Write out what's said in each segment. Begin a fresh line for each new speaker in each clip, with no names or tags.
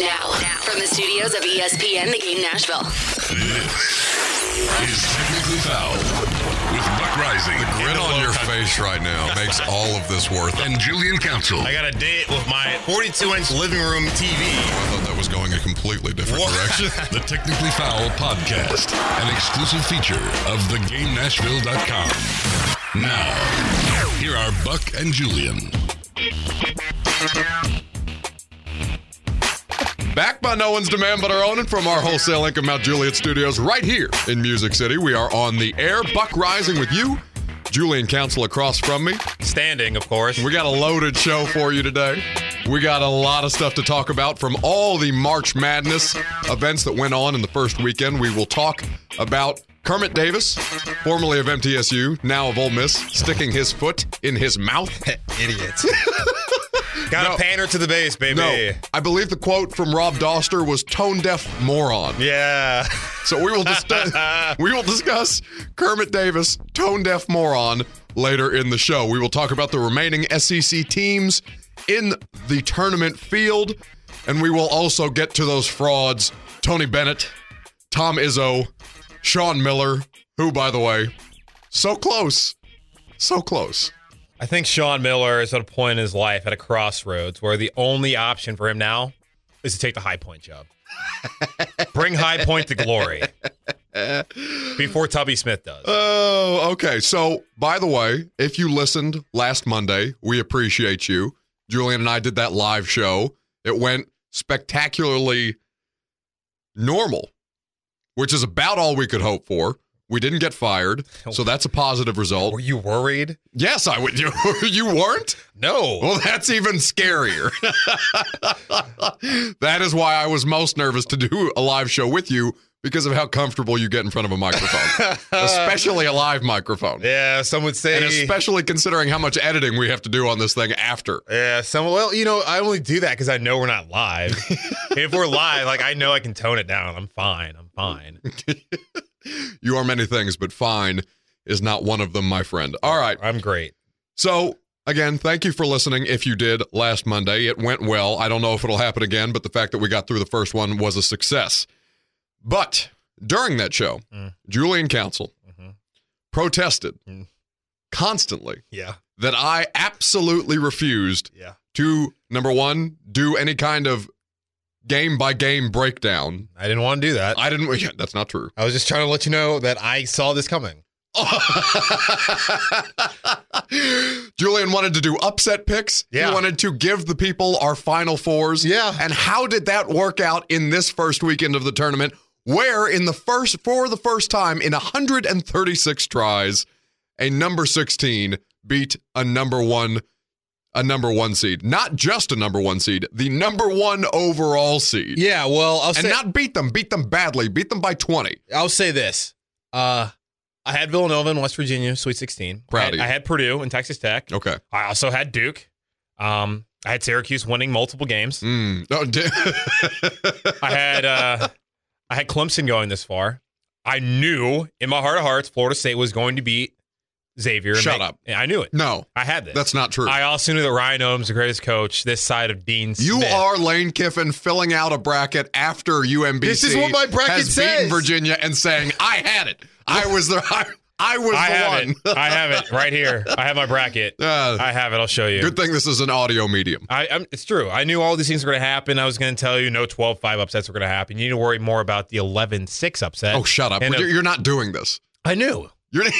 Now, from the studios of E ESPN The Game Nashville.
This is Technically Foul with Buck Rising. The
Grin on your face right now makes all of this worth it.
and Julian Council.
I got a date with my 42 inch living room TV.
I thought that was going a completely different
What?
direction.
The Technically Foul podcast, an exclusive feature of theGameNashville.com. Now, here are Buck and Julian.
Backed by no one's demand but our own, and from our wholesale link of Mount Juliet Studios right here in Music City, we are on the air. Buck Rising with you, Julian Council across from me.
Standing, of course.
We got a loaded show for you today. We got a lot of stuff to talk about from all the March Madness events that went on in the first weekend. We will talk about Kermit Davis, formerly of MTSU, now of Ole Miss, sticking his foot in his mouth.
Idiots. got
No.
to pander to the base, baby.
No, I believe the quote from Rob Doster was "tone deaf moron."
Yeah.
So we will discuss we will discuss Kermit Davis, tone deaf moron, later in the show. We will talk about the remaining SEC teams in the tournament field, and we will also get to those frauds: Tony Bennett, Tom Izzo, Sean Miller, who, by the way, so close, so close.
I think Sean Miller is at a point in his life at a crossroads where the only option for him now is to take the high point job. Bring high point to glory before Tubby Smith does.
Oh, okay. So, by the way, if you listened last Monday, we appreciate you. Julian and I did that live show. It went spectacularly normal, which is about all we could hope for. We didn't get fired, so that's a positive
Were
result.
you worried?
Yes, I would. You, you weren't?
No.
Well, that's even scarier. that is why I was most nervous to do a live show with you because of how comfortable you get in front of a microphone, especially a live microphone.
yeah, some would say.
And especially considering how much editing we have to do on this thing after.
Yeah, some well, you know, I only do that because I know we're not live. if we're live, like I know I can tone it down. I'm fine. I'm fine.
You are many things, but fine is not one of them, my friend. All right.
I'm great.
So, again, thank you for listening. If you did last Monday, it went well. I don't know if it'll happen again, but the fact that we got through the first one was a success. But during that show,
Mm.
Julian Council
Mhm.
protested
Mm.
constantly
Yeah,
that I absolutely refused
yeah.
to, number one, do any kind of game by game breakdown.
I didn't want to do that.
I didn't, yeah, that's not true.
I was just trying to let you know that I saw this coming.
Julian wanted to do upset picks.
Yeah.
He wanted to give the people our final fours.
Yeah.
And how did that work out in this first weekend of the tournament? Where in the first for the first time in 136 tries, a number 16 beat a number 1 a number 1 seed. Not just a number 1 seed, the number 1 overall seed.
Yeah, well, I'll
And
say
not beat them, beat them badly, beat them by 20.
I'll say this. Uh, I had Villanova in West Virginia, Sweet 16.
Proud of
I had,
you.
I had Purdue and Texas Tech.
Okay.
I also had Duke. Um, I had Syracuse winning multiple games.
Mm. No, di-
I had uh, I had Clemson going this far. I knew in my heart of hearts Florida State was going to beat Xavier. and
Shut
make-
up.
I knew it.
no.
I had this.
That's not true.
I also knew that Ryan Odom's the greatest coach this side of Dean.
you
Smith.
are Lane Kiffin filling out a bracket after UMBC.
This is what my bracket
has beaten
says.
Virginia and saying, "I had it. I was the. I, I was
I
the
have
one."
it. I have it right here. I have my bracket.
Uh,
I have it. I'll show you.
good thing this is an audio medium.
I, I'm, it's true. I knew all these things were going to happen. I was going to tell you no 12 5 upsets were going to happen. You need to worry more about the 11 6 upset.
Oh, shut up!
And
You're,
a-
you're not doing this.
I knew.
You're.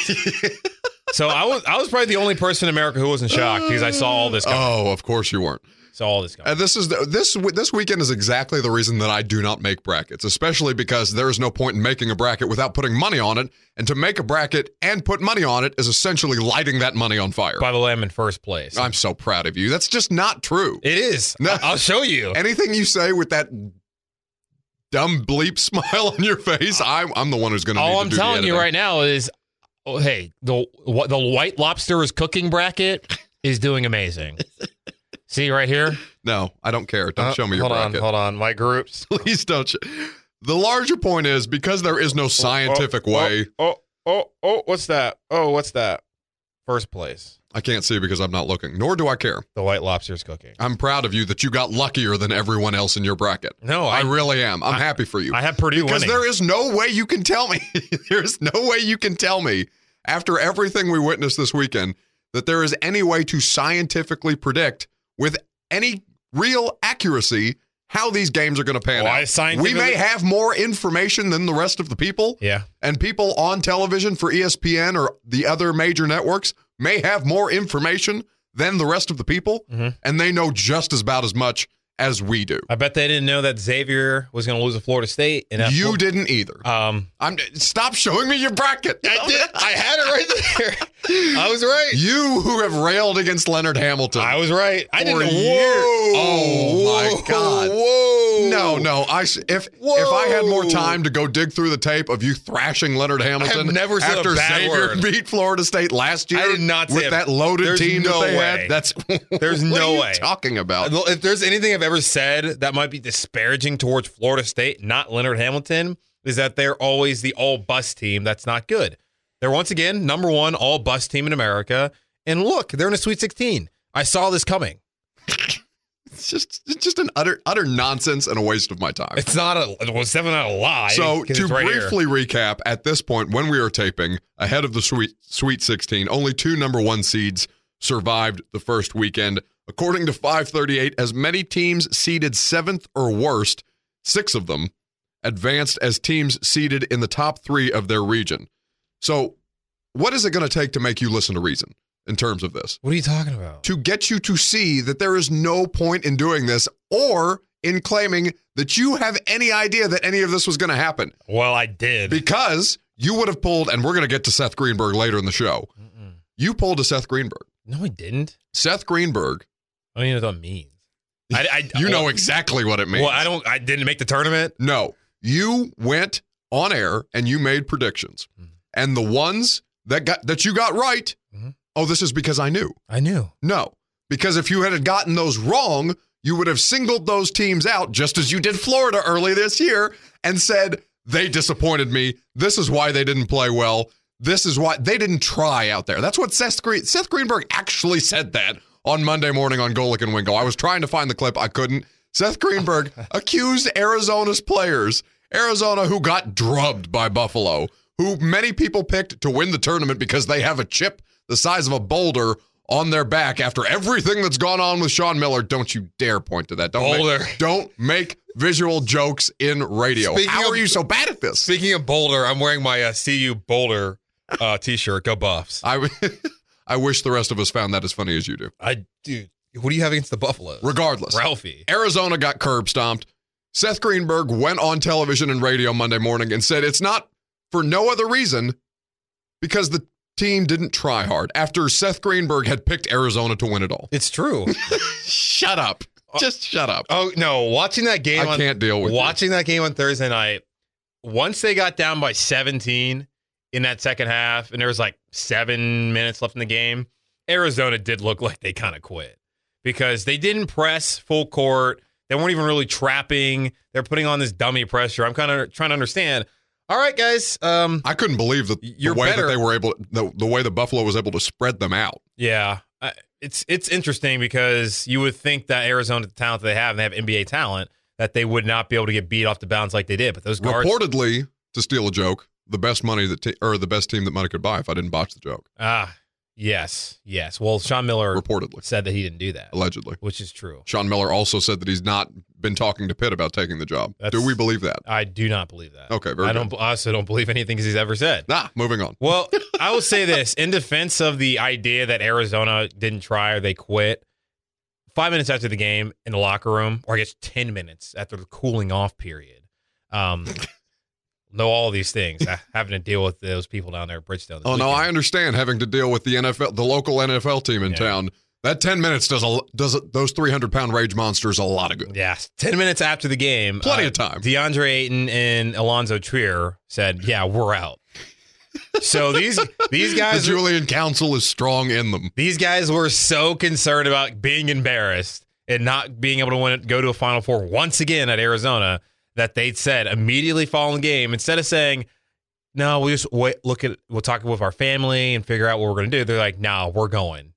So I was, I was probably the only person in America who wasn't
Uh,
shocked because I saw all this coming.
oh, of course you weren't.
saw all this coming.
And Uh, this is the, this w- this weekend is exactly the reason that I do not make brackets, especially because there is no point in making a bracket without putting money on it, and to make a bracket and put money on it is essentially lighting that money on fire.
By the way, I'm in first place.
I'm so proud of you. That's just not true.
it is.
No.
I- I'll show you.
Anything you say with that dumb bleep smile on your face, I'm, I'm the one who's going to.
Uh, All
need
I'm
to do
telling
the
you
editing.
right now is oh, hey, the, what, the White Lobster's cooking bracket is doing amazing. See right here?
No, I don't care. Don't
Uh,
show me your
hold
bracket.
on, hold on. My groups.
Please don't. Sh- the larger point is because there is
Oh,
no scientific way.
Oh,
Oh, oh, oh, what's that? Oh, what's that? First place.
I can't see because I'm not looking, nor do I care.
The white lobster's cooking.
I'm proud of you that you got luckier than everyone else in your bracket.
No,
I,
Oh, I,
really am. I'm
I-
happy for you.
I have Purdue
because
winning.
there is no way you can tell me. there is no way you can tell me after everything we witnessed this weekend that there is any way to scientifically predict with any real accuracy how these games are going to pan
Why
out.
Oh, scientifically-
We may have more information than the rest of the people,
yeah.
and people on television for E ESPN or the other major networks may have more information than the rest of the people,
Mm-hmm.
and they know just as about as much as we do.
I bet they didn't know that Xavier was going to lose to Florida State. And that
you
Flo-
didn't either.
Um,
I'm stop showing me your bracket.
I did. I had it right there. I was right.
You who have railed against Leonard Hamilton.
I was right. I didn't.
For
Whoa.
years. Oh, my
Whoa.
God.
Whoa.
no, no. I s- if if I had more time to go dig through the tape of you thrashing Leonard Hamilton
never said a
after
bad
Xavior
word.
beat Florida State last year,
I did not say
with
a-
that loaded
There's
team
no
that they
way.
had. That's
There's
what
no
are you
way.
talking about.
Well, If there's anything I've ever said that might be disparaging towards Florida State, not Leonard Hamilton, is that they're always the all bus team that's not good. They're once again number one all bus team in America. And look, they're in a Sweet 16. I saw this coming.
It's just it's just an utter utter nonsense and a waste of my time.
It's not a it was seven out of lie.
So
'cause
to
it's right here.
briefly recap, at this point, when we are taping ahead of the Sweet Sweet 16, only two number one seeds survived the first weekend. According to 538, as many teams seeded seventh or worst, six of them advanced as teams seeded in the top three of their region. So, what is it going to take to make you listen to reason in terms of this?
What are you talking about?
to get you to see that there is no point in doing this or in claiming that you have any idea that any of this was going to happen
Well, I did.
because you would have pulled, and we're going to get to Seth Greenberg later in the show.
Mm-mm.
You pulled a Seth Greenberg.
no, I didn't.
Seth Greenberg,
I don't even know what that means. I, I
you know
well,
exactly what it means.
Well, I don't. I didn't make the tournament.
No, you went on air and you made predictions,
Mhm.
and the ones that got that you got right.
Mhm.
Oh, this is because I knew.
I knew.
No, because if you had gotten those wrong, you would have singled those teams out just as you did Florida early this year and said, they disappointed me. This is why they didn't play well. This is why they didn't try out there. That's what Seth, Green- Seth Greenberg actually said that on Monday morning on Golick and Wingo. I was trying to find the clip, I couldn't. Seth Greenberg accused Arizona's players, Arizona, who got drubbed by Buffalo, who many people picked to win the tournament because they have a chip the size of a boulder on their back after everything that's gone on with Sean Miller. Don't you dare point to that. Don't make-
Boulder.
don't make visual jokes in radio.
Speaking
How
of-
are you so bad at this?
Speaking of Boulder, I'm wearing my uh, CU Boulder uh, t-shirt. Go Buffs!
I, w- I wish the rest of us found that as funny as you do.
I dude, what do you have against the Buffaloes?
Regardless,
Ralphie.
Arizona got curb stomped. Seth Greenberg went on television and radio Monday morning and said it's not for no other reason because the team didn't try hard after Seth Greenberg had picked Arizona to win it all.
It's true.
Shut up. Just shut up.
oh no, watching that game.
I
on,
can't deal with you.
watching that game on Thursday night. Once they got down by 17 in that second half, and there was like seven minutes left in the game, Arizona did look like they kind of quit because they didn't press full court. They weren't even really trapping. They're putting on this dummy pressure. I'm kind of trying to understand. All right, guys. Um,
I couldn't believe that
You're
the way
better-
that they were able, the, the way the Buffalo was able to spread them out.
Yeah, I, it's it's interesting because you would think that Arizona the talent that they have, and they have NBA talent, that they would not be able to get beat off the bounds like they did. But those guards,
Reportedly, to steal a joke, the best money that t- or the best team that money could buy. If I didn't botch the joke,
ah, yes, yes. Well, Sean Miller
reportedly,
said that he didn't do that,
allegedly,
which is true.
Sean Miller also said that he's not been talking to Pitt about taking the job.
That's-
Do we believe that?
I do not believe that.
Okay, very
I don't. I also don't believe anything he's ever said.
Nah, moving on.
Well, I will say this in defense of the idea that Arizona didn't try or they quit. Five minutes after the game in the locker room, or I guess ten minutes after the cooling off period, um, know all these things ha- having to deal with those people down there at Bridgestone. this
Oh no,
weekend.
I understand having to deal with the NFL, the local NFL team in
Yeah.
town. That ten minutes does a does a, those three hundred pound rage monsters a lot of good.
Yeah, ten minutes after the game, uh,
Plenty of time.
DeAndre Ayton and Alonzo Trier said, "Yeah, we're out." so these these
The
guys are-
Julian Council is strong in them.
These guys were so concerned about being embarrassed and not being able to win, go to a Final Four once again at Arizona that they said immediately following the game, instead of saying, no, we just wait, look at, we'll talk with our family and figure out what we're going to do. They're like, no, we're going.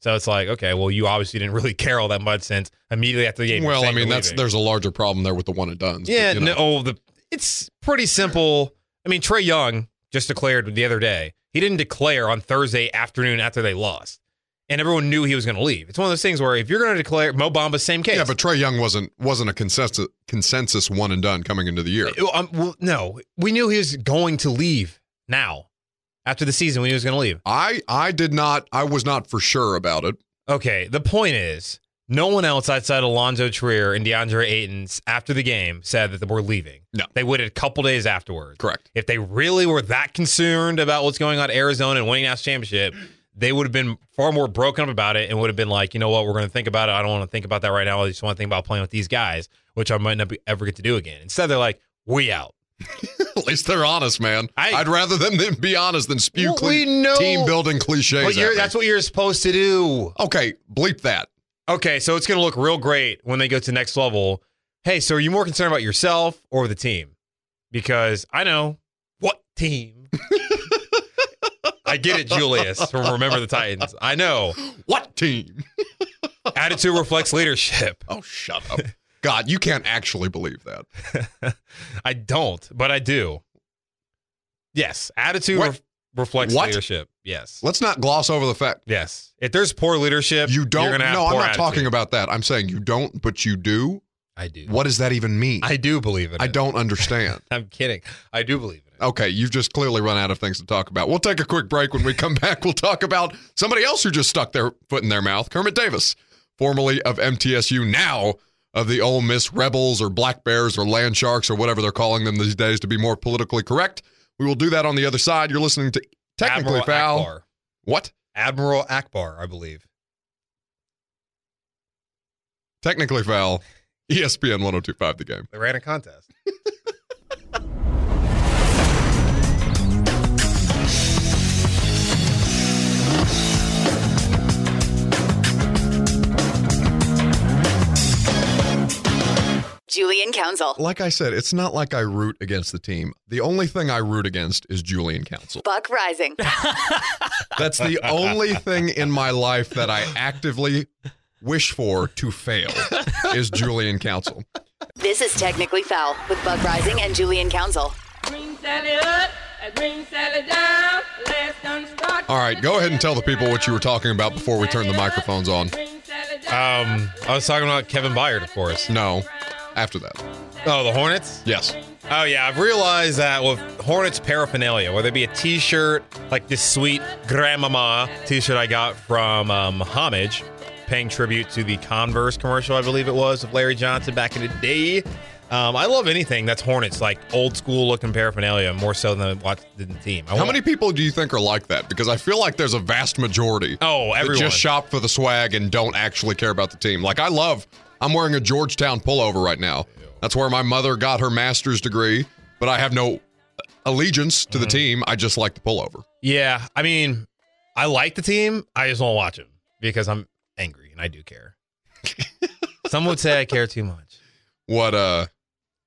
So it's like, okay, well, you obviously didn't really care all that much since immediately after the game. you're
well, I
saying
mean,
you're
that's
leaving.
there's a larger problem there with the one and done.
Yeah, no, oh, the it's pretty simple. I mean, Trey Young just declared the other day. He didn't declare on Thursday afternoon after they lost, and everyone knew he was going to leave. It's one of those things where if you're going to declare Mo Bamba, same case.
yeah, but Trey Young wasn't wasn't a consensus consensus one and done coming into the year.
Well, um, well, no, we knew he was going to leave now after the season. We knew he was going to leave.
I I did not I was not for sure about it.
Okay, the point is, no one else outside Alonzo Trier and DeAndre Ayton's after the game said that they were leaving.
No.
They waited a couple days afterwards.
Correct.
If they really were that concerned about what's going on at Arizona and winning national championship, they would have been far more broken up about it and would have been like, you know what, we're going to think about it. I don't want to think about that right now. I just want to think about playing with these guys, which I might not be, ever get to do again. Instead, they're like, we out.
At least they're honest, man.
I-
I, would rather them than be honest than spew
Well, we know-
team building
But
cliches.
you're,
at me.
that's what you're supposed to do.
okay, bleep that.
Okay, so it's going to look real great when they go to next level. Hey, so are you more concerned about yourself or the team? Because I know what team. I get it, Julius from Remember the Titans. I know.
What team?
Attitude reflects leadership.
Oh, shut up. God, you can't actually believe that.
I don't, but I do. Yes, attitude
What?
ref- reflects
What?
leadership. Yes.
Let's not gloss over the fact
Yes. If there's poor leadership,
you
You're
don't.
gonna have
No, I'm
poor
not
attitude.
talking about that. I'm saying you don't, but you do.
I do.
What does that even mean?
I do believe in it.
I don't Oh, understand.
I'm kidding. I do believe in it.
Okay, you've just clearly run out of things to talk about. We'll take a quick break. When we come back, we'll talk about somebody else who just stuck their foot in their mouth, Kermit Davis, formerly of MTSU, now of the Ole Miss Rebels or Black Bears or Land Sharks or whatever they're calling them these days to be more politically correct. We will do that on the other side. You're listening to Technically
Admiral
Foul.
Akbar.
What?
Admiral Akbar, I believe.
Technically Foul. E ESPN 1025 the game.
They ran a contest.
Julian Council.
Like I said, it's not like I root against the team. The only thing I root against is Julian Council.
Buck Rising.
That's the only thing in my life that I actively wish for to fail is Julian Council.
This is Technically Foul with Buck Rising and Julian Council.
Green salad up, a green salad down. Let's done start.
All right, go ahead and tell the people what you were talking about before we turn the microphones on.
Um, I was talking about Kevin Byard, of course.
No, after that.
Oh, the Hornets?
Yes.
Oh, yeah. I've realized that with Hornets paraphernalia, whether it be a t shirt, like this sweet grandmama t shirt I got from um, Homage, paying tribute to the Converse commercial, I believe it was, of Larry Johnson back in the day. Um, I love anything that's Hornets, like old school looking paraphernalia, more so than watch than the team. I
How
want-
many people do you think are like that? Because I feel like there's a vast majority
Oh,
that
everyone.
just shop for the swag and don't actually care about the team. Like I love, I'm wearing a Georgetown pullover right now. That's where my mother got her master's degree, but I have no allegiance to the
Mm-hmm.
team. I just like the pullover.
Yeah, I mean, I like the team. I just won't watch them because I'm angry and I do care. Some would say I care too much,
what uh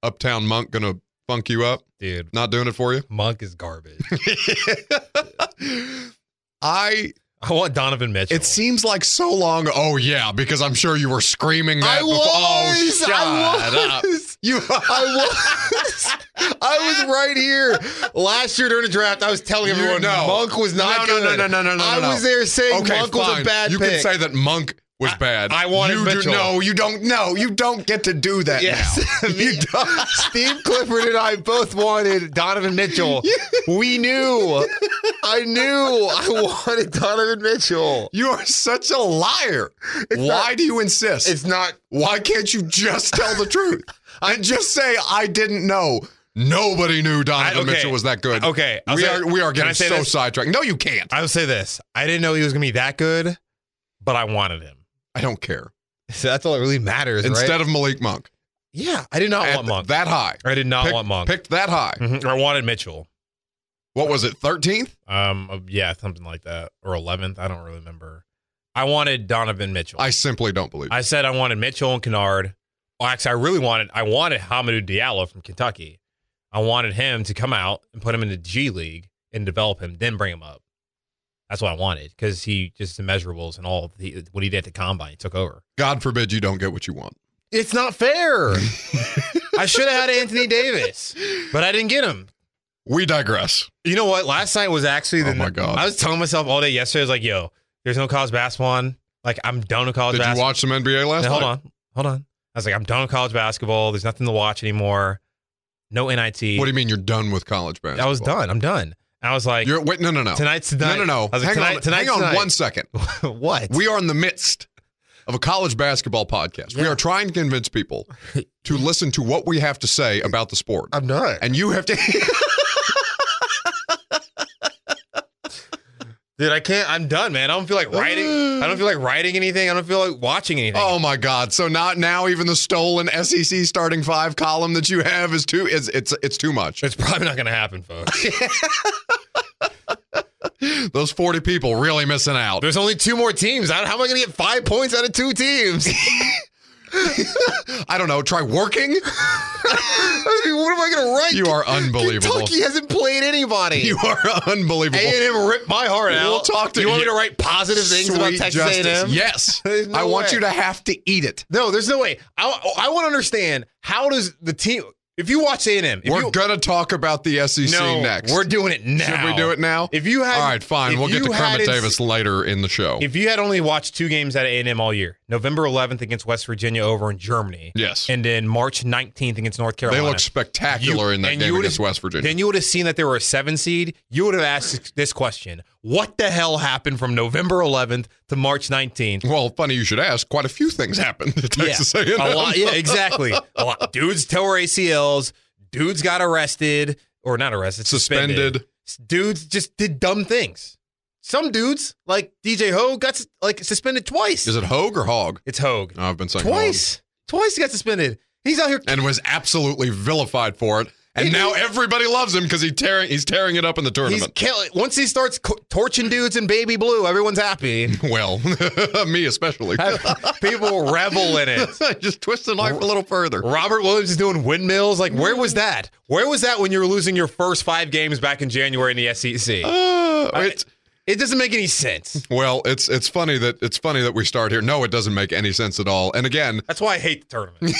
uptown monk gonna funk you up
dude.
not doing it for you
Monk is garbage.
i
I want Donovan Mitchell.
it seems like so long oh yeah because i'm sure you were screaming that
I
before.
was,
oh shut
I
up you i
I was right here last year during the draft. I was telling
You
everyone
know.
Monk was not
No, no, no,
good.
no, no, no, no,
I
no.
was there saying
okay
Monk
fine
was a bad
you
pick.
can say that monk was bad
I wanted
you
Mitchell.
do no you don't no you don't get to do that
Yes.
now
Me-
you don't
Steve Clifford and I both wanted Donovan Mitchell. We knew. I knew I wanted Donovan Mitchell.
you are such a liar why
not-
do you insist
It's not
Why can't you just tell the truth? And just say I didn't know. Nobody knew Donovan
I- okay.
Mitchell was that good.
Okay, I'll
we
say-
are we are
can I
getting
say
so
this?
sidetracked. No, you can't.
I would say this. I didn't know he was going to be that good, but I wanted him.
I don't care.
So that's all that really matters,
Instead
right?
of Malik Monk,
yeah, I did not
At
want Monk.
that high,
I did not
Pick-
want Monk.
picked that high.
Mhm, Or I wanted Mitchell.
What was it? Thirteenth?
Um, uh, yeah, something like that, or eleventh. I don't really remember. I wanted Donovan Mitchell.
I simply don't believe. it.
I said I wanted Mitchell and Kennard. Well, actually, I really wanted I wanted Hamadou Diallo from Kentucky. I wanted him to come out and put him in the G League and develop him, then bring him up. That's what I wanted because he just the measurables and all the, what he did at the combine he took over.
God forbid you don't get what you want.
It's not fair. I should have had Anthony Davis, but I didn't get him.
We digress.
You know what? Last night was actually the
Oh my God.
I was telling myself all day yesterday. I was like, "Yo, there's no college basketball. On. Like, I'm done with college
Did you
basketball."
watch some NBA last
Now, hold
night?
on, hold on. I was like, "I'm done with college basketball. There's nothing to watch anymore. No nit.
What do you mean you're done with college basketball?
I was done. I'm done. I was like,
You're wait, no, no, no.
"Tonight's tonight.
No, no, no.
I was like,
hang
"Tonight,
on,
tonight's
hang on
tonight."
one second.
what?
We are in the midst of a college basketball podcast. We
Yeah.
are trying to convince people to listen to what we have to say about the sport.
I'm done.
and you have to
Dude, I can't. I'm done, man. I don't feel like writing. I don't feel like writing anything. I don't feel like watching anything.
Oh my god. So not now even the stolen SEC starting 5 column that you have is too is it's it's too much.
It's probably not going to happen, folks.
Those 40 people really missing out.
There's only two more teams. I- How am I going to get five points out of two teams?
I don't know, try working?
I mean, what am I going to write?
You are unbelievable.
Kentucky hasn't played anybody.
You are unbelievable.
A&M ripped my heart out.
We'll talk to
you. want
you-
me to write positive things about
Sweet
Texas
justice.
A&M?
Yes.
There's no
I want
way.
you to have to eat it.
No, there's no way. I, I want to understand how does the team? If you watch A&M, if
We're
you,
gonna talk about the SEC
no,
next.
We're doing it now.
Should we do it now?
If you had,
All right, fine.
if
We'll get
you
to Kermit
hadn't-
Davis later in the show.
If you had only watched two games out of A&M all year, November 11th against West Virginia over in Germany,
yes.
and then March 19th against North
They
Carolina.
look spectacular
You-
in that
and
game
you would've-
against West Virginia.
Then you would have seen that they were a seven seed. You would have asked this question: What the hell happened from November 11th to March 19th?
well, funny you should ask. Quite a few things happened at Texas A&M.
a lot. Yeah, exactly. A lot. Dudes tore ACLs. Dudes got arrested or not arrested, suspended.
Suspended.
Dudes just did dumb things. Some dudes, like DJ Ho, got s- like suspended twice.
Is it Oh, Hogue or Hog?
It's Hogue.
No, I've been saying
Twice. Twice he got suspended. He's out here.
Hogue. and was absolutely vilified for it. And
He-
now everybody loves him because he tearing he's tearing it up in the
He's
tournament.
killing. Once he starts co- torching dudes in baby blue, everyone's happy.
well, me especially.
People revel in it.
Just twist the knife a little further.
Robert Williams is doing windmills. Like, where was that? Where was that when you were losing your first five games back in January in the SEC?
Uh, it's,
It doesn't make any sense.
well, it's it's funny that it's funny that we start here. No, it doesn't make any sense at all. And again,
That's why I hate the tournament.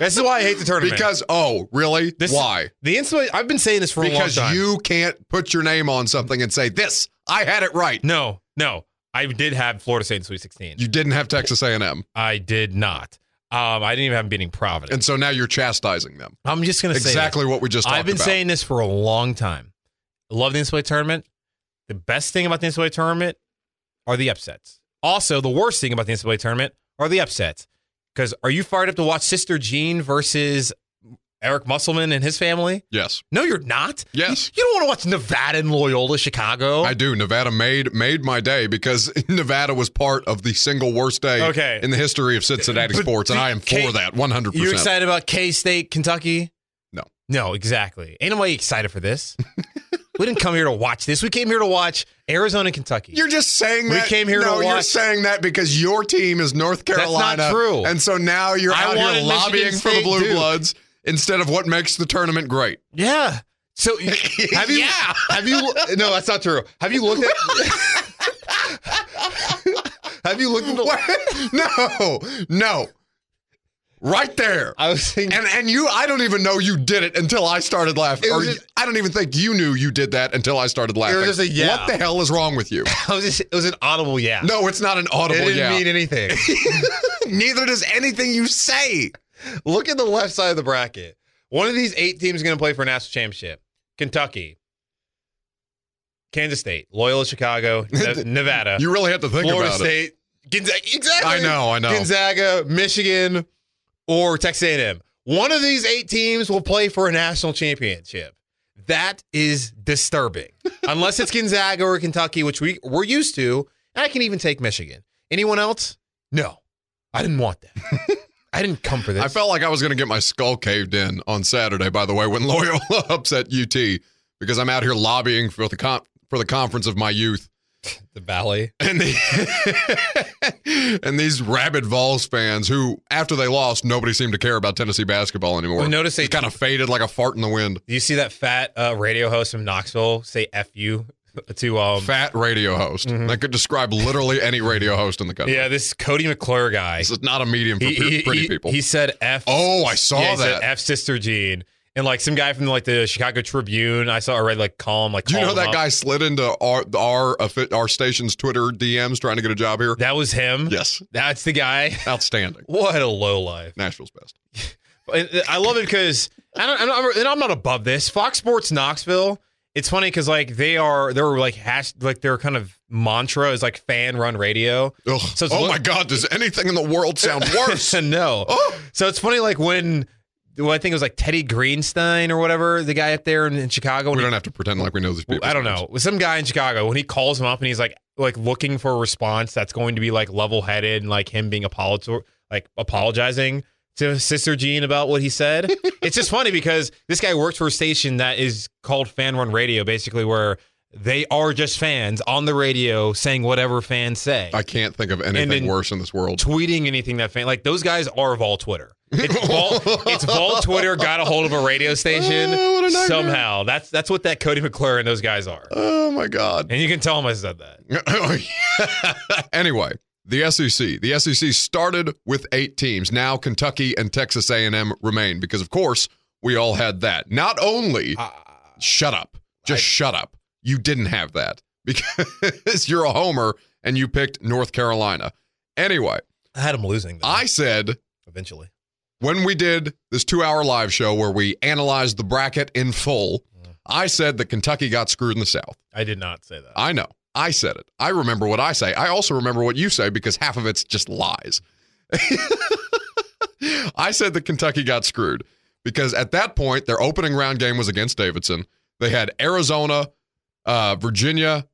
this is why I hate the tournament.
because oh, really?
this,
Why?
The insulation. I've been saying this for
Because
a long time.
you can't put your name on something and say this. I had it right.
no, no. I did have Florida State in Sweet 16.
You didn't have Texas A&M,
I did not. Um, I didn't even have him beating Providence.
and so now you're chastising them.
I'm just going to say
Exactly what we just talked
I've been
about.
saying this for a long time. I love the NCAA tournament. The best thing about the NCAA tournament are the upsets. Also, the worst thing about the NCAA tournament are the upsets. Because are you fired up to watch Sister Jean versus Eric Musselman and his family?
yes,
No, you're not.
Yes.
You, you don't want to watch Nevada and Loyola Chicago.
I do. Nevada made made my day because Nevada was part of the single worst day
Okay.
in the history of Cincinnati
But
sports, and I am for
Kate,
that 100.
you
percent
excited about K State, Kentucky?
No.
No, exactly. Ain't nobody excited for this. we didn't come here to watch this. We came here to watch Arizona, and Kentucky.
You're just saying
We
that.
came here to
no, you're
watch-
saying that because your team is North
not
Carolina.
true.
And so now you're
I
out here
wanted Michigan
lobbying for the
State,
Blue
too.
Bloods instead of what makes the tournament great.
Yeah. So have you?
Yeah.
Have you? No, that's not true. Have you looked at? have you looked at the?
no, no, right there.
I was thinking.
And and you, I don't even know you did it until I started laughing.
It
Or
was just-
I don't even think you knew you did that until I started laughing.
just a yeah.
What the hell is wrong with you?
I was just, it was an audible yeah.
No, it's not an
it
audible
didn't
yeah.
mean anything.
Neither does anything you say.
Look at the left side of the bracket. One of these eight teams is going to play for a national championship. Kentucky, Kansas State, Loyola Chicago, Ne- Nevada,
You really have to think
Florida
about it.
State, Gonzaga. Exactly.
I know, I know.
Gonzaga, Michigan, or Texas A&M. One of these eight teams will play for a national championship. That is disturbing. Unless it's Gonzaga or Kentucky, which we we're used to, and I can even take Michigan. Anyone else? No, I didn't want that. I didn't come for this.
I felt like I was going to get my skull caved in on Saturday. By the way, when Loyola upset UT because I'm out here lobbying for the con for the conference of my youth,
the Valley.
and the- and these rabid Vols fans who, after they lost, nobody seemed to care about Tennessee basketball anymore.
We noticed they-
kind of faded like a fart in the wind.
Do you see that fat uh, radio host from Knoxville say "f you"? to um,
Fat radio host. That could describe literally any radio host in the country.
Mm-hmm. yeah, this Cody McClure guy.
This is not a medium for
He,
pre-
he-
pretty
he-
people.
he said F.
Oh, I saw
yeah, he
that.
Said F sister Jean. And like some guy from like the Chicago Tribune, I saw I read like column like.
Do you know
called him
that
up.
guy slid into our our affi- our station's Twitter DMs trying to get a job here?
That was him.
Yes,
That's the guy.
outstanding.
What a low life.
Nashville's best.
And uh, I love it because I don't, I'm not, and I'm not above this. Fox Sports Knoxville. It's funny because like they are, they're like hash, like their kind of mantra is like fan run radio.
Ugh.
So it's
oh
lo-
my God! Does anything in the world sound worse?
no.
Oh!
So it's funny like when. Well, I think it was like Teddy Greenstein or whatever, the guy up there in, in Chicago. when
we
he-
don't have to pretend like we know these people.
I don't know. Some guy in Chicago, when he calls him up and he's like like looking for a response that's going to be like level headed and like him being apolog- like apologizing to Sister Jean about what he said. it's just funny because this guy works for a station that is called Fan Run Radio, basically where they are just fans on the radio saying whatever fans say.
I can't think of anything
then-
worse in this world.
tweeting anything that fan like those guys are Vol Twitter. It's Vol, it's Vol Twitter got a hold of a radio station
Oh, what a nightmare.
somehow. That's that's what that Cody McClure and those guys are.
Oh my God.
And you can tell him I said that.
anyway, the SEC. The SEC started with eight teams. Now Kentucky and Texas A&M remain because, of course, we all had that. Not only, shut up, just shut up. You didn't have that because you're a homer and you picked North Carolina. Anyway,
I had him losing. Though,
I said
eventually.
when we did this two-hour live show where we analyzed the bracket in full, I said that Kentucky got screwed in the South.
I did not say that.
I know. I said it. I remember what I say. I also remember what you say because half of it's just lies. I said that Kentucky got screwed because at that point, their opening round game was against Davidson. They had Arizona, uh, Virginia,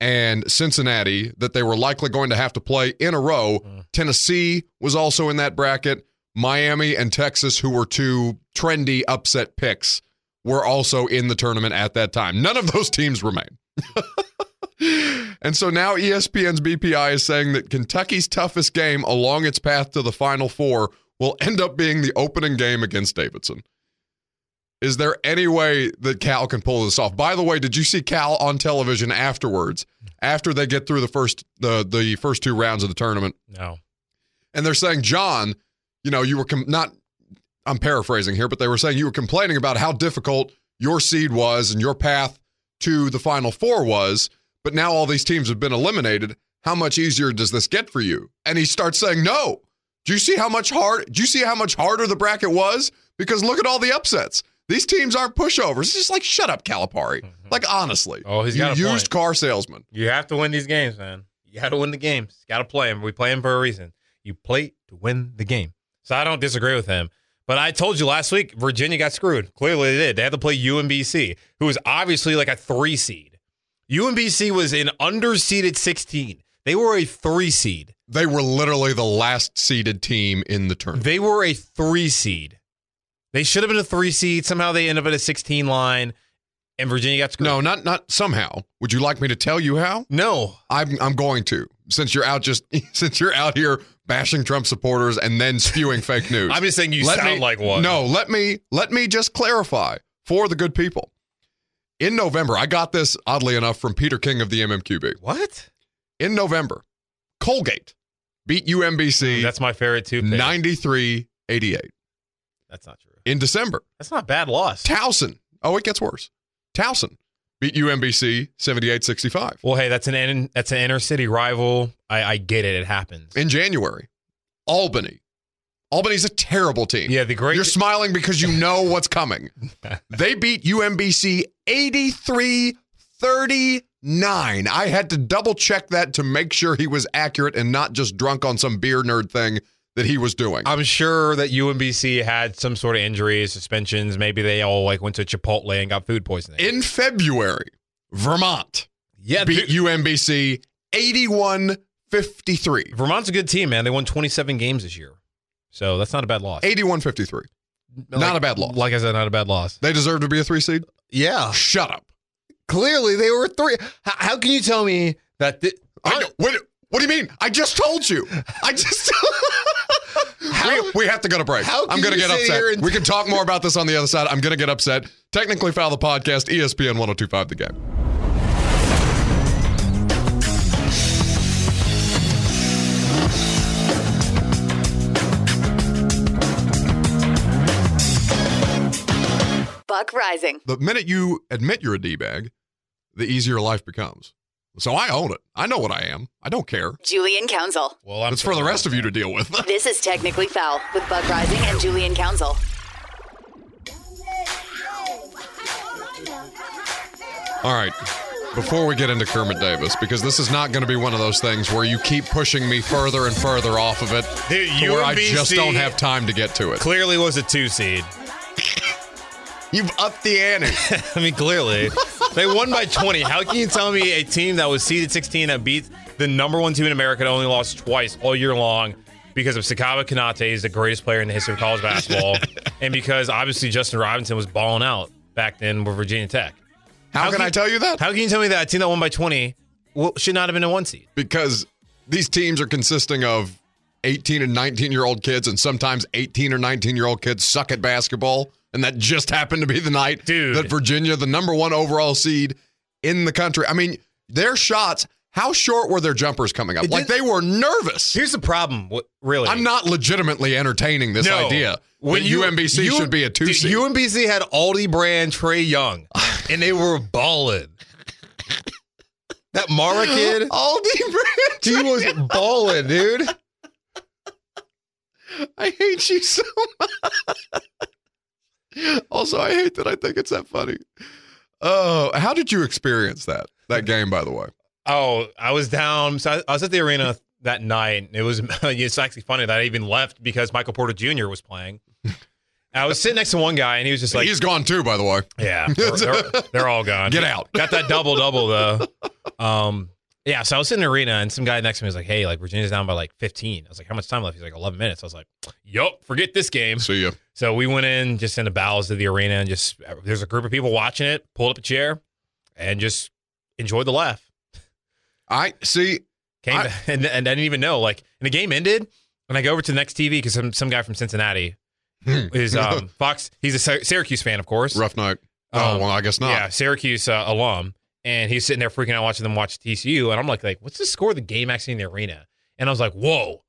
and Cincinnati that they were likely going to have to play in a row. Tennessee was also in that bracket. Miami and Texas, who were two trendy upset picks, were also in the tournament at that time. None of those teams remain. And so now E ESPN's BPI is saying that Kentucky's toughest game along its path to the Final Four will end up being the opening game against Davidson. Is there any way that Cal can pull this off? By the way, did you see Cal on television afterwards? After they get through the first the the first two rounds of the tournament,
no.
and they're saying, John, you know, you were com- not. I'm paraphrasing here, but they were saying you were complaining about how difficult your seed was and your path to the Final Four was, but now all these teams have been eliminated. How much easier does this get for you? And he starts saying, No. Do you see how much hard? Do you see how much harder the bracket was? Because look at all the upsets. These teams aren't pushovers. It's just like shut up, Calipari. Like honestly,
Oh, he's
you
got a point.
used car salesman.
You have to win these games, man. You got to win the games. Got to play them. We play them for a reason. You play to win the game. So I don't disagree with him. But I told you last week, Virginia got screwed. Clearly they did. They had to play UMBC, who was obviously like a three seed. UMBC was an underseeded 16. They were a three seed.
They were literally the last seeded team in the tournament.
They were a three seed. They should have been a three seed. Somehow they end up at a 16 line, and Virginia got screwed.
No, not not somehow. Would you like me to tell you how?
no.
I'm I'm going to. Since you're out just since you're out here bashing Trump supporters and then spewing fake news.
I'm just saying you sound
me,
like one.
No, let me let me just clarify for the good people. In November, I got this oddly enough from Peter King of the MMQB.
What?
In November, Colgate beat UMBC
Mm, That's my favorite too. pick.
93-88.
That's not true.
In December,
That's not a bad loss.
Towson. Oh, it gets worse. Towson beat UMBC 78-65.
Well, hey, that's an in, that's an inner city rival. I, I get it. It happens.
in January. Albany. Albany's a terrible team.
Yeah, the great-
You're smiling because you know what's coming. they beat UMBC 83 39. I had to double check that to make sure he was accurate and not just drunk on some beer nerd thing that he was doing.
I'm sure that UMBC had some sort of injuries, suspensions. Maybe they all like went to Chipotle and got food poisoning.
in February, Vermont
yeah,
beat
dude,
UMBC 81 53.
Vermont's a good team, man. They won 27 games this year, so that's not a bad loss.
81 53. not a bad loss.
Like I said, not a bad loss.
They deserve to be a three seed?
Yeah,
Shut up.
clearly they were three. How, how can you tell me that? Th-
I know. What, what do you mean? I just told you. I just. we, we have to go to break.
how can
I'm going to
you
get
sit here
upset.
and-
we can talk more about this on the E oh other side. I'm going to get upset. Technically, foul the podcast. ESPN 1025 the game.
Buck Rising.
The minute you admit you're a D bag, the easier life becomes. So I own it. I know what I am. I don't care.
Julian Council.
Well, I'm
It's for the rest of you to deal with.
This is Technically Foul with Buck Rising and Julian Council.
All right. Before we get into Kermit Davis, because this is not going to be one of those things where you keep pushing me further and further off of it,
Dude,
to where I
UMBC
just don't have time to get to it.
Clearly was a two seed.
You've upped the ante.
I mean, clearly they won by 20. How can you tell me a team that was seeded 16 that beat the number one team in America that only lost twice all year long because of Sakaba Kanate is the greatest player in the history of college basketball, and because obviously Justin Robinson was balling out back then with Virginia Tech.
How, can
can-
I tell you that?
How can you tell me that a team that won by 20 well, should not have been a one seed?
because these teams are consisting of 18 and 19 year old kids, and sometimes 18 or 19 year old kids suck at basketball. And that just happened to be the night
Dude.
that Virginia, the number one overall seed in the country, I mean, their shots, how short were their jumpers coming up?
It
Like they
did-
were nervous.
Here's the problem. What, really,
I'm not legitimately entertaining this
No.
idea when that
you-
UMBC
you-
should be a two
dude,
seed.
UMBC had Aldi Brand, Trey Young, and they were balling. that Mara kid,
All deep breath.
he was balling, dude.
I hate you so much. also, I hate that I think it's that funny. Oh, how did you experience that that game? By the way,
Oh, I was down. So I, I was at the arena that night. It was it's actually funny that I even left because Michael Porter Jr. was playing. I was sitting next to one guy, and he was just like,
he's gone too. By the way,
Yeah, they're, they're- they're all gone.
Get out.
Got that double double though. Um, yeah. So I was in the arena, and some guy next to me was like, "Hey, like Virginia's down by like 15." I was like, "How much time left?" He's like, "11 minutes." I was like, "Yup, forget this game."
see you.
So we went in just in the bowels of the arena, and just there's a group of people watching it. Pulled up a chair, and just enjoyed the laugh.
I see.
Came
I-
back- and, and I didn't even know. Like, and the game ended, and I go over to the next TV because some some guy from Cincinnati
Hmm.
is um, Fox. He's a Sy- Syracuse fan, of course.
Rough night. Oh
Um,
well, I guess not.
Yeah, Syracuse uh, alum, and he's sitting there freaking out watching them watch TCU, and I'm like, like, what's the score of the game actually in the arena? And I was like, whoa,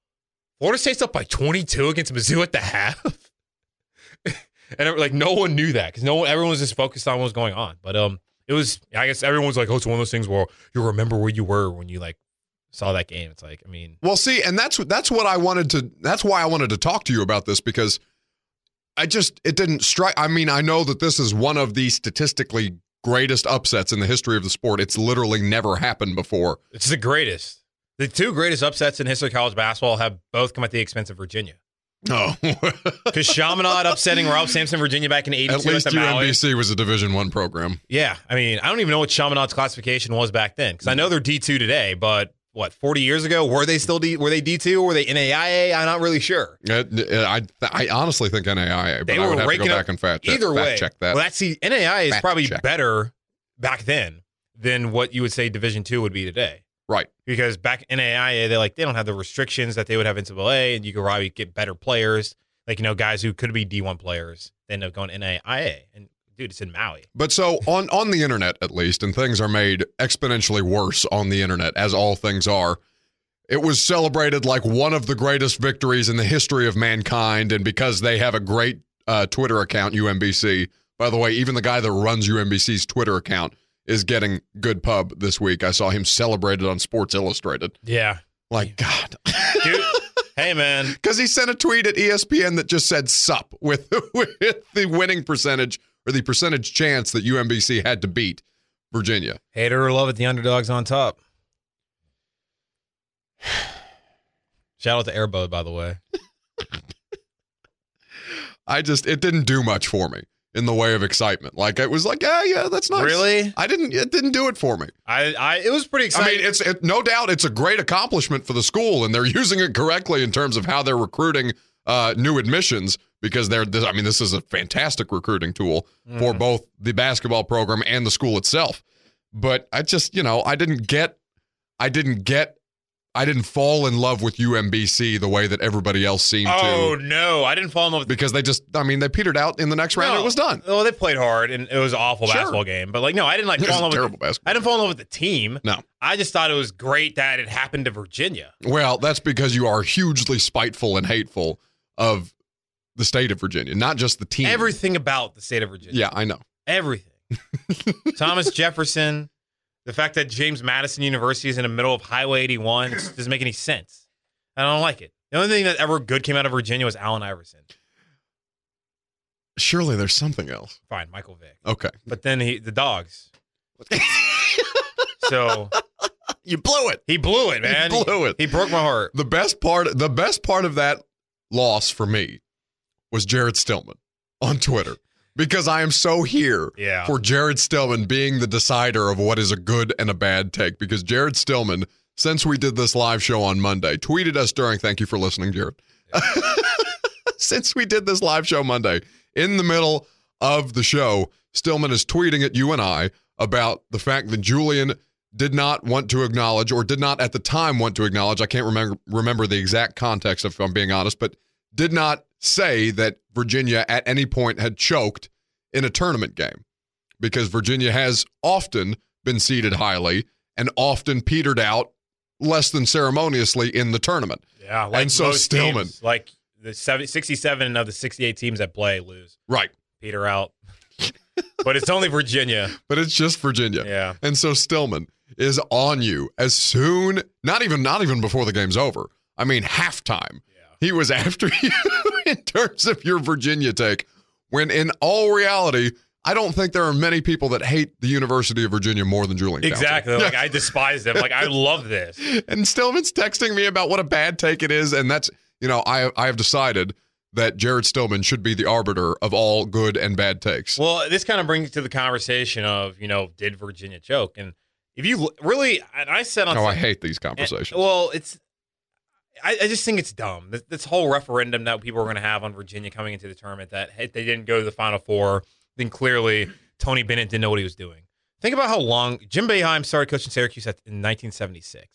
Florida State's up by 22 against Mizzou at the half, and it- like no one knew that because no one, everyone was just focused on what was going on. But um, it was, I guess everyone's like, oh, it's one of those things where you remember where you were when you like saw that game. It's like, I mean,
Well, see, and that's that's what I wanted to. That's why I wanted to talk to you about this because I just it didn't strike. I mean, I know that this is one of the statistically greatest upsets in the history of the sport. It's literally never happened before.
it's the greatest. The two greatest upsets in history of college basketball have both come at the expense of Virginia.
No, at
Because Chaminade upsetting Ralph Sampson, Virginia back in 82 at,
least
the Maui.
UMBC was a Division One program.
Yeah, I mean, I don't even know what Chaminade's classification was back then because I know they're D two today, but what forty years ago were they still D? Were they D two? Were they NAIA? I'm not really sure.
Uh, I I honestly think NAIA, but
They
I
were
would have to go
raking up
back and fact check,
Either
fact
way,
check that.
Well, that's the NAIA is
Fact
probably
check.
better back then than what you would say Division two would be today.
right.
because back in AIA, they like they don't have the restrictions that they would have in NCAA, and you could probably get better players, like you know guys who could be D one players. They end up going NAIA, and dude, it's in Maui.
But so on on the internet at least, and things are made exponentially worse on the internet as all things are. It was celebrated like one of the greatest victories in the history of mankind, and because they have a great uh, Twitter account, UMBC. By the way, even the guy that runs UMBC's Twitter account is getting good pub this week. I saw him celebrated on Sports Illustrated.
Yeah,
Like God.
dude. hey man,
because he sent a tweet at E ESPN that just said "sup" with with the winning percentage or the percentage chance that UMBC had to beat Virginia.
Hater or love it, the underdog's on top. Shout out to Airboat, by the way.
I just it didn't do much for me in the way of excitement. Like it was like, "Ah, yeah, yeah, that's nice.
Really?
I didn't. It didn't do it for me.
I, I it was
I
pretty exciting.
mean, it's it, no doubt it's a great accomplishment for the school, and they're using it correctly in terms of how they're recruiting uh, new admissions because they're. This, I mean, this is a fantastic recruiting tool for
Mm.
both the basketball program and the school itself. But I just, you know, I didn't get, I didn't get, I didn't fall in love with UMBC the way that everybody else seemed
oh
to
no, I didn't fall in love with
because they just, I mean, they petered out in the next round.
No.
and It was done.
Well, they played hard and it was an awful
Sure.
basketball game. But like, no, I didn't like
It was
fall in love
terrible
with.
basketball.
I didn't fall in love with the team.
No.
I just thought it was great that it happened to Virginia.
Well, that's because you are hugely spiteful and hateful of the state of Virginia, not just the team.
Everything about the state of Virginia.
Yeah, I know.
Everything. Thomas Jefferson, the fact that James Madison University is in the middle of Highway 81 it just doesn't make any sense. I don't like it. The only thing that ever good came out of Virginia was Allen Iverson.
Surely there's something else.
Fine, Michael Vick.
Okay.
But then he the dogs. so
You blew it.
he blew it, man.
blew it.
He, broke my heart.
The best part the best part of that loss for me was Jared Stillman on Twitter. Because I am so here
Yeah.
for Jared Stillman being the decider of what is a good and a bad take. Because Jared Stillman, since we did this live show on Monday, tweeted us during thank you for listening, Jared. since we did this live show Monday, in the middle of the show, Stillman is tweeting at you and I about the fact that Julian did not want to acknowledge or did not at the time want to acknowledge. I can't remember remember the exact context if I'm being honest, but did not say that Virginia at any point had choked in a tournament game because Virginia has often been seeded highly and often petered out less than ceremoniously in the tournament.
Yeah, like
And so
most
Stillman.
teams, like the 70, 67 of the 68 teams that play lose.
Right.
Peter out. but it's only Virginia.
But it's just Virginia.
Yeah.
And so Stillman is on you as soon, not even not even before the game's over. I mean halftime. He was after you in terms of your Virginia take. When in all reality, I don't think there are many people that hate the University of Virginia more than Julian. Fauci.
Exactly. Like I despise them. Like I love this.
And Stillman's texting me about what a bad take it is, and that's you know I I have decided that Jared Stillman should be the arbiter of all good and bad takes.
Well, this kind of brings to the conversation of, you know, did Virginia choke? And if you l- really, and I said on
oh, I hate these conversations.
And- well, it's I, I just think it's dumb. This, this whole referendum that people are going to have on Virginia coming into the tournament that if they didn't go to the Final Four, then clearly Tony Bennett didn't know what he was doing. Think about how long Jim Boeheim started coaching Syracuse at, in 1976.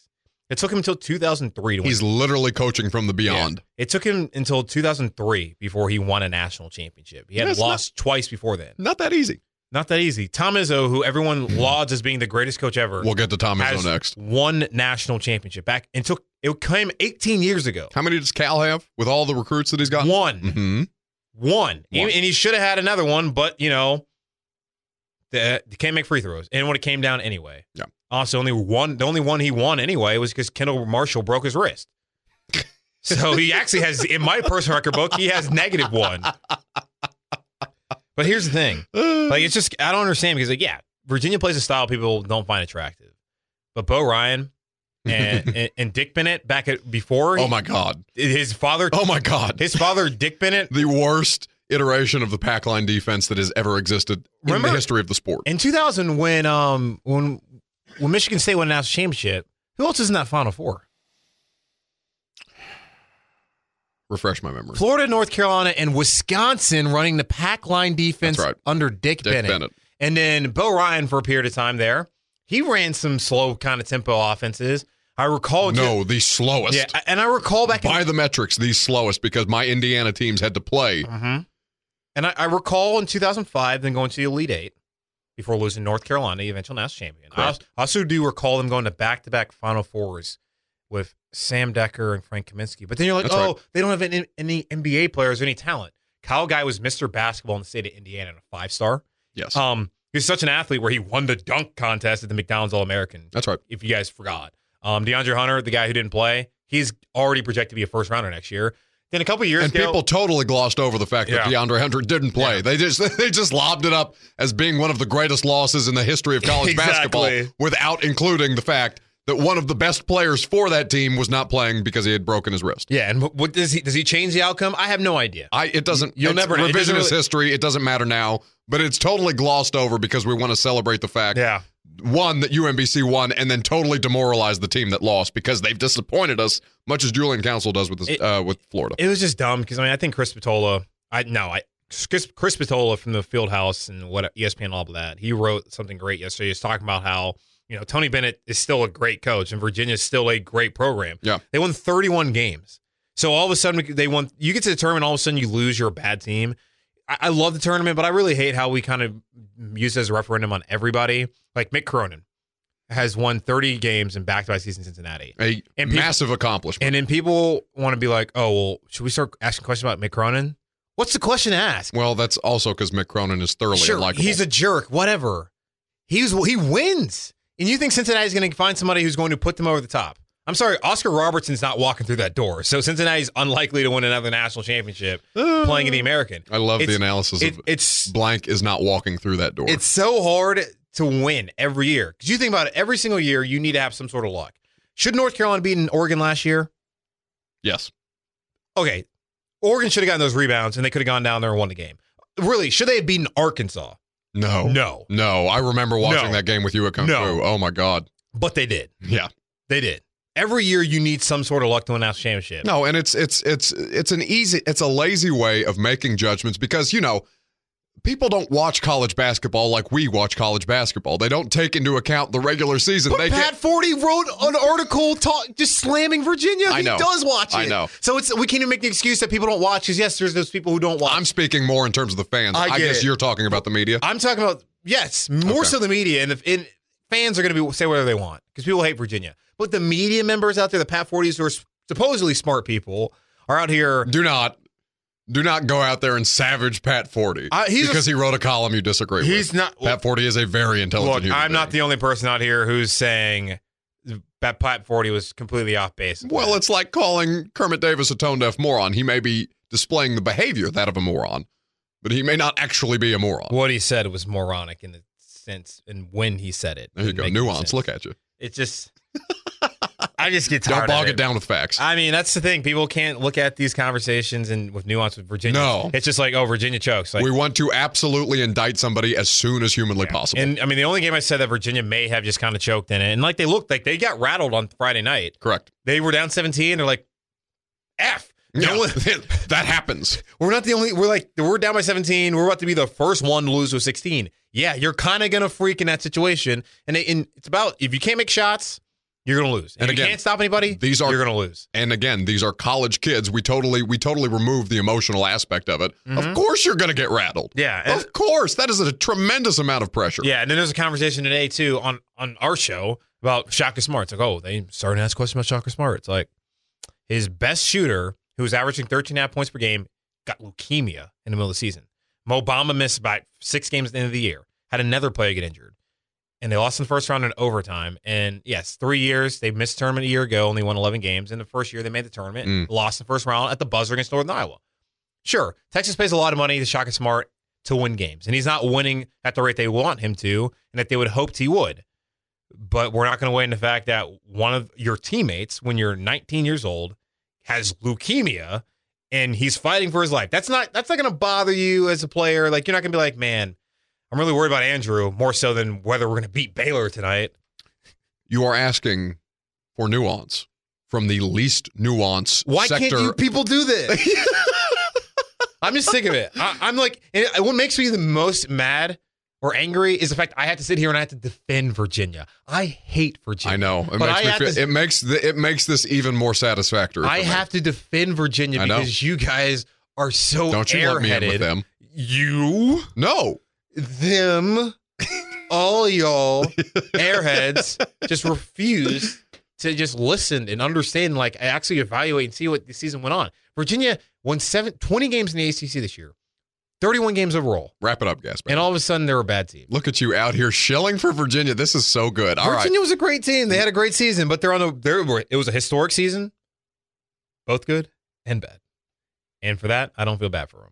It took him until 2003 to win.
He's literally coaching from the
Yeah.
beyond.
It took him until 2003 before he won a national championship. He had
Yeah, it's not-
lost twice before then.
Not that easy.
Not that easy. Tom Izzo, who
Hmm.
everyone lauds as being the greatest coach ever,
We'll get to Tom Izzo
has
next.
one national championship back and took it came 18 years ago.
How many does Cal have with all the recruits that he's got?
One,
hmm
one,
One.
And he should have had another one, but you know, the, they can't make free throws, and when it came down anyway,
Yeah.
Also, only one, the only one he won anyway was because Kendall Marshall broke his wrist. So he actually has, in my personal record book, he has negative one. But here's the thing: like, it's just I don't understand because, like, yeah, Virginia plays a style people don't find attractive, but Bo Ryan and and, and Dick Bennett back at before
Oh my god.
his father
Oh my god.
his father Dick Bennett
the worst iteration of the pack line defense that has ever existed in
Remember-
the history of the sport.
In 2000, when um when when Michigan State won a national championship, who else is in that Final Four?
Refresh my memory.
Florida, North Carolina, and Wisconsin running the pack line defense
That's right.
under Dick,
Dick
Bennett.
Bennett.
and then Bo Ryan for a period of time there. He ran some slow kind of tempo offenses. I recall
no, the slowest.
yeah, and I recall back in
By the metrics, the slowest because my Indiana teams had to play.
Mhm. And I, I recall in 2005 them going to the Elite Eight before losing North Carolina, the eventual national champion. I als-
Correct.
I also do recall them going to back to back Final Fours with Sam Decker and Frank Kaminsky. But then you're like,
That's
oh, they don't have any, any NBA players, any talent. Kyle Guy was Mr. Basketball in the state of Indiana and a five star.
Yes.
Um, he was such an athlete where he won the dunk contest at the McDonald's All American
That's right.
if you guys forgot. Um, DeAndre Hunter, the guy who didn't play, he's already projected to be a first rounder next year. Then a couple years
And
ago,
people totally glossed over the fact that
Yeah.
DeAndre Hunter didn't play.
Yeah.
They just they just lobbed it up as being one of the greatest losses in the history of college basketball
Exactly.
without including the fact that one of the best players for that team was not playing because he had broken his wrist.
Yeah, and what- what does he does he change the outcome? I have no idea.
I it doesn't
You'll
it's
never know. It
revisionist
doesn't really-
history. It doesn't matter now, but it's totally glossed over because we want to celebrate the fact
Yeah,
one that UMBC won and then totally demoralize the team that lost because they've disappointed us much as Julian Council does with this,
It-
uh, with Florida.
it was just dumb because I mean I think Chris Patola, I no I Chris, Chris Patola from the Field House and what E ESPN all of that he wrote something great yesterday. He was talking about how you know Tony Bennett is still a great coach and Virginia is still a great program.
Yeah.
they won 31 games, so all of a sudden they won. You get to the tournament, all of a sudden you lose. You're a bad team. I, I love the tournament, but I really hate how we kind of use it as a referendum on everybody. Like Mick Cronin has won 30 games in back-to-back seasons in Cincinnati.
a
and people-
massive accomplishment.
And then people want to be like, oh, well, should we start asking questions about Mick Cronin? What's the question to ask?
Well, that's also because Mick Cronin is thoroughly
sure,
unlikable.
he's a jerk. Whatever. He's he wins, and you think Cincinnati's going to find somebody who's going to put them over the top? I'm sorry, Oscar Robertson's not walking through that door. So Cincinnati's unlikely to win another national championship
Uh,
playing in the American.
I love the
It's-
analysis
It,
of
it's
blank is not walking through that door.
It's so hard to win every year. Because you think about it, every single year you need to have some sort of luck. Should North Carolina beaten Oregon last year?
yes.
Okay. Oregon should have gotten those rebounds and they could have gone down there and won the game. Really, should they have beaten Arkansas?
No.
No.
No. I remember watching
No.
that game with you at Kung
No.
Fu. Oh my God.
But they did.
Yeah.
They did. Every year you need some sort of luck to win a national championship.
No, and it's it's it's it's an easy it's a lazy way of making judgments because you know people don't watch college basketball like we watch college basketball. They don't take into account the regular season.
But
they
Pat
get
Forty wrote an article talk, just slamming Virginia.
I
he
know.
does watch it.
I know.
So it's we can't even make the excuse that people don't watch because yes, there's those people who don't watch.
I'm speaking more in terms of the fans.
I get
guess
it.
you're talking about the media.
I'm talking about yes, more
Okay.
so the media, and, the, and fans are going to be say whatever they want because people hate Virginia. But the media members out there, the Pat Forties, who are s- supposedly smart people, are out here.
Do not do not go out there and savage Pat Forty
I- he's a-
because he wrote a column you disagree
He's
with.
not.
Pat Forty is a very intelligent
look,
human
I'm not
being.
the only person out here who's saying that Pat Forty was completely off base.
Well, it's like calling Kermit Davis a tone deaf moron. He may be displaying the behavior that of a moron, but he may not actually be a moron.
what he said was moronic in the sense and when he said it.
there you
Didn't
go.
make any
Nuance.
sense.
Look at you.
It's just. I just get tired.
Don't
of
bog
it.
it down with facts.
I mean, that's the thing. People can't look at these conversations and with nuance with Virginia.
No.
it's just like, oh, Virginia chokes. Like,
we want to absolutely indict somebody as soon as humanly possible.
And I mean, the only game I said that Virginia may have just kind of choked in it, and like they looked like they got rattled on Friday night.
Correct.
They were down 17. They're like, F.
Yeah.
No one-
that happens.
we're not the only. We're like we're down by 17. We're about to be the first one to lose with 16. Yeah, you're kind of gonna freak in that situation, and, they, and it's about if you can't make shots, you're gonna lose.
And
if
again,
you can't stop anybody.
these are-
you're gonna lose.
And again, these are college kids. We totally we totally remove the emotional aspect of it. Of course you're going to get rattled.
Yeah, Mm-hmm. and-
Of course. That is a tremendous amount of pressure.
Yeah, and then there's a conversation today too on on our show about Shaka Smart. It's like, oh, they started to ask questions about Shaka Smart. It's like his best shooter, who was averaging 13 and a half points per game, got leukemia in the middle of the season. Mobama missed about six games at the end of the year. Had another player get injured. And they lost in the first round in overtime. And yes, three years, they missed tournament a year ago, only won 11 games. In the first year, they made the tournament,
Mm.
lost the first round at the buzzer against Northern Iowa. Sure, Texas pays a lot of money to Shaka Smart to win games. And he's not winning at the rate they want him to and that they would hoped he would. But we're not going to weigh in the fact that one of your teammates, when you're 19 years old, has leukemia and he's fighting for his life. That's not that's not going to bother you as a player. Like you're not going to be like, man, I'm really worried about Andrew more so than whether we're going to beat Baylor tonight.
You are asking for nuance from the least nuance
Why
sector.
can't you people do this? I'm just sick of it. I, I'm like, and it- what makes me the most mad or angry is the fact I have to sit here and I have to defend Virginia. I hate Virginia.
I know. It
But
makes
I
me
have
feel,
to-
it makes the, it makes this even more satisfactory.
I
for me.
have to defend Virginia
I know.
because you guys are so
Don't you let me in with
airheaded.
them?
You,
No.
them, all y'all airheads just refuse to just listen and understand, like actually evaluate and see what the season went on. Virginia won seven, 20 games in the ACC this year, 31 games overall.
Wrap it up, Gaspar.
And all of a sudden, they're a bad team.
Look at you out here shilling for Virginia. This is so good. All right.
Virginia was a great team. They had a great season, but they're on a they were it was a historic season. Both good and bad. And for that, I don't feel bad for them.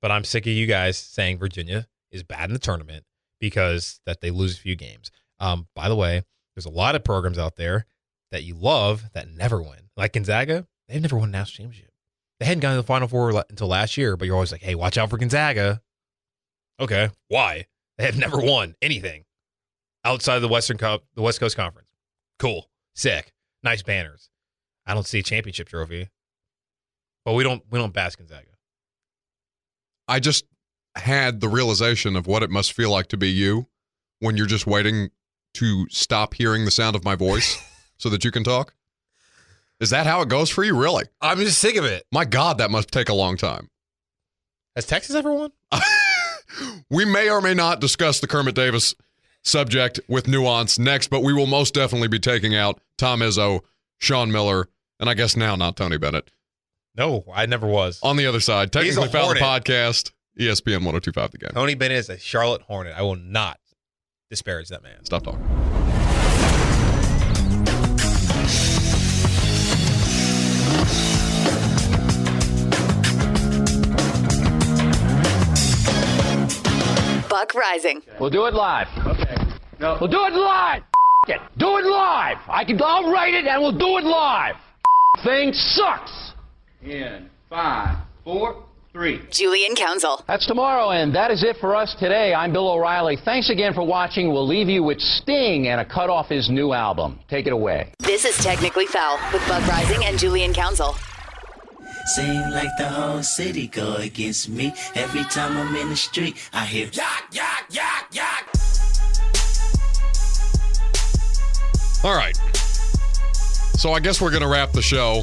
But I'm sick of you guys saying Virginia is bad in the tournament because that they lose a few games. Um, by the way, there's a lot of programs out there that you love that never win. Like Gonzaga, they've never won a national championship. They hadn't gotten to the final four la- until last year, but you're always like, hey, watch out for Gonzaga. Okay, why? They have never won anything outside of the Western Cup, the West Coast Conference. Cool, sick, nice banners. I don't see a championship trophy, but we don't we don't bask in Zaga.
I just had the realization of what it must feel like to be you when you're just waiting to stop hearing the sound of my voice so that you can talk. Is that how it goes for you, really?
I'm just sick of it.
My God, that must take a long time.
Has Texas ever won?
we may or may not discuss the Kermit Davis subject with nuance next, but we will most definitely be taking out Tom Izzo, Sean Miller, and I guess now not Tony Bennett.
No, I never was.
On the other side,
He's a
technically found the
hornet.
podcast, E ESPN 1025 the game.
Tony Bennett is a Charlotte Hornet. I will not disparage that man.
Stop talking.
Buck Rising.
We'll do it live. Okay. No. We'll do it live. F- it. Do it live. I can. I'll write it, and we'll do it live. F- thing sucks.
in five, four, three.
Julian Council.
That's tomorrow, and that is it for us today. I'm Bill O'Reilly. Thanks again for watching. We'll leave you with Sting and a cut off his new album. Take it away.
This is Technically Foul with Buck Rising and Julian Council.
Seem like the whole city go against me. Every time I'm in the street, I hear yak, yak, yak, yak.
All right. So I guess we're going to wrap the show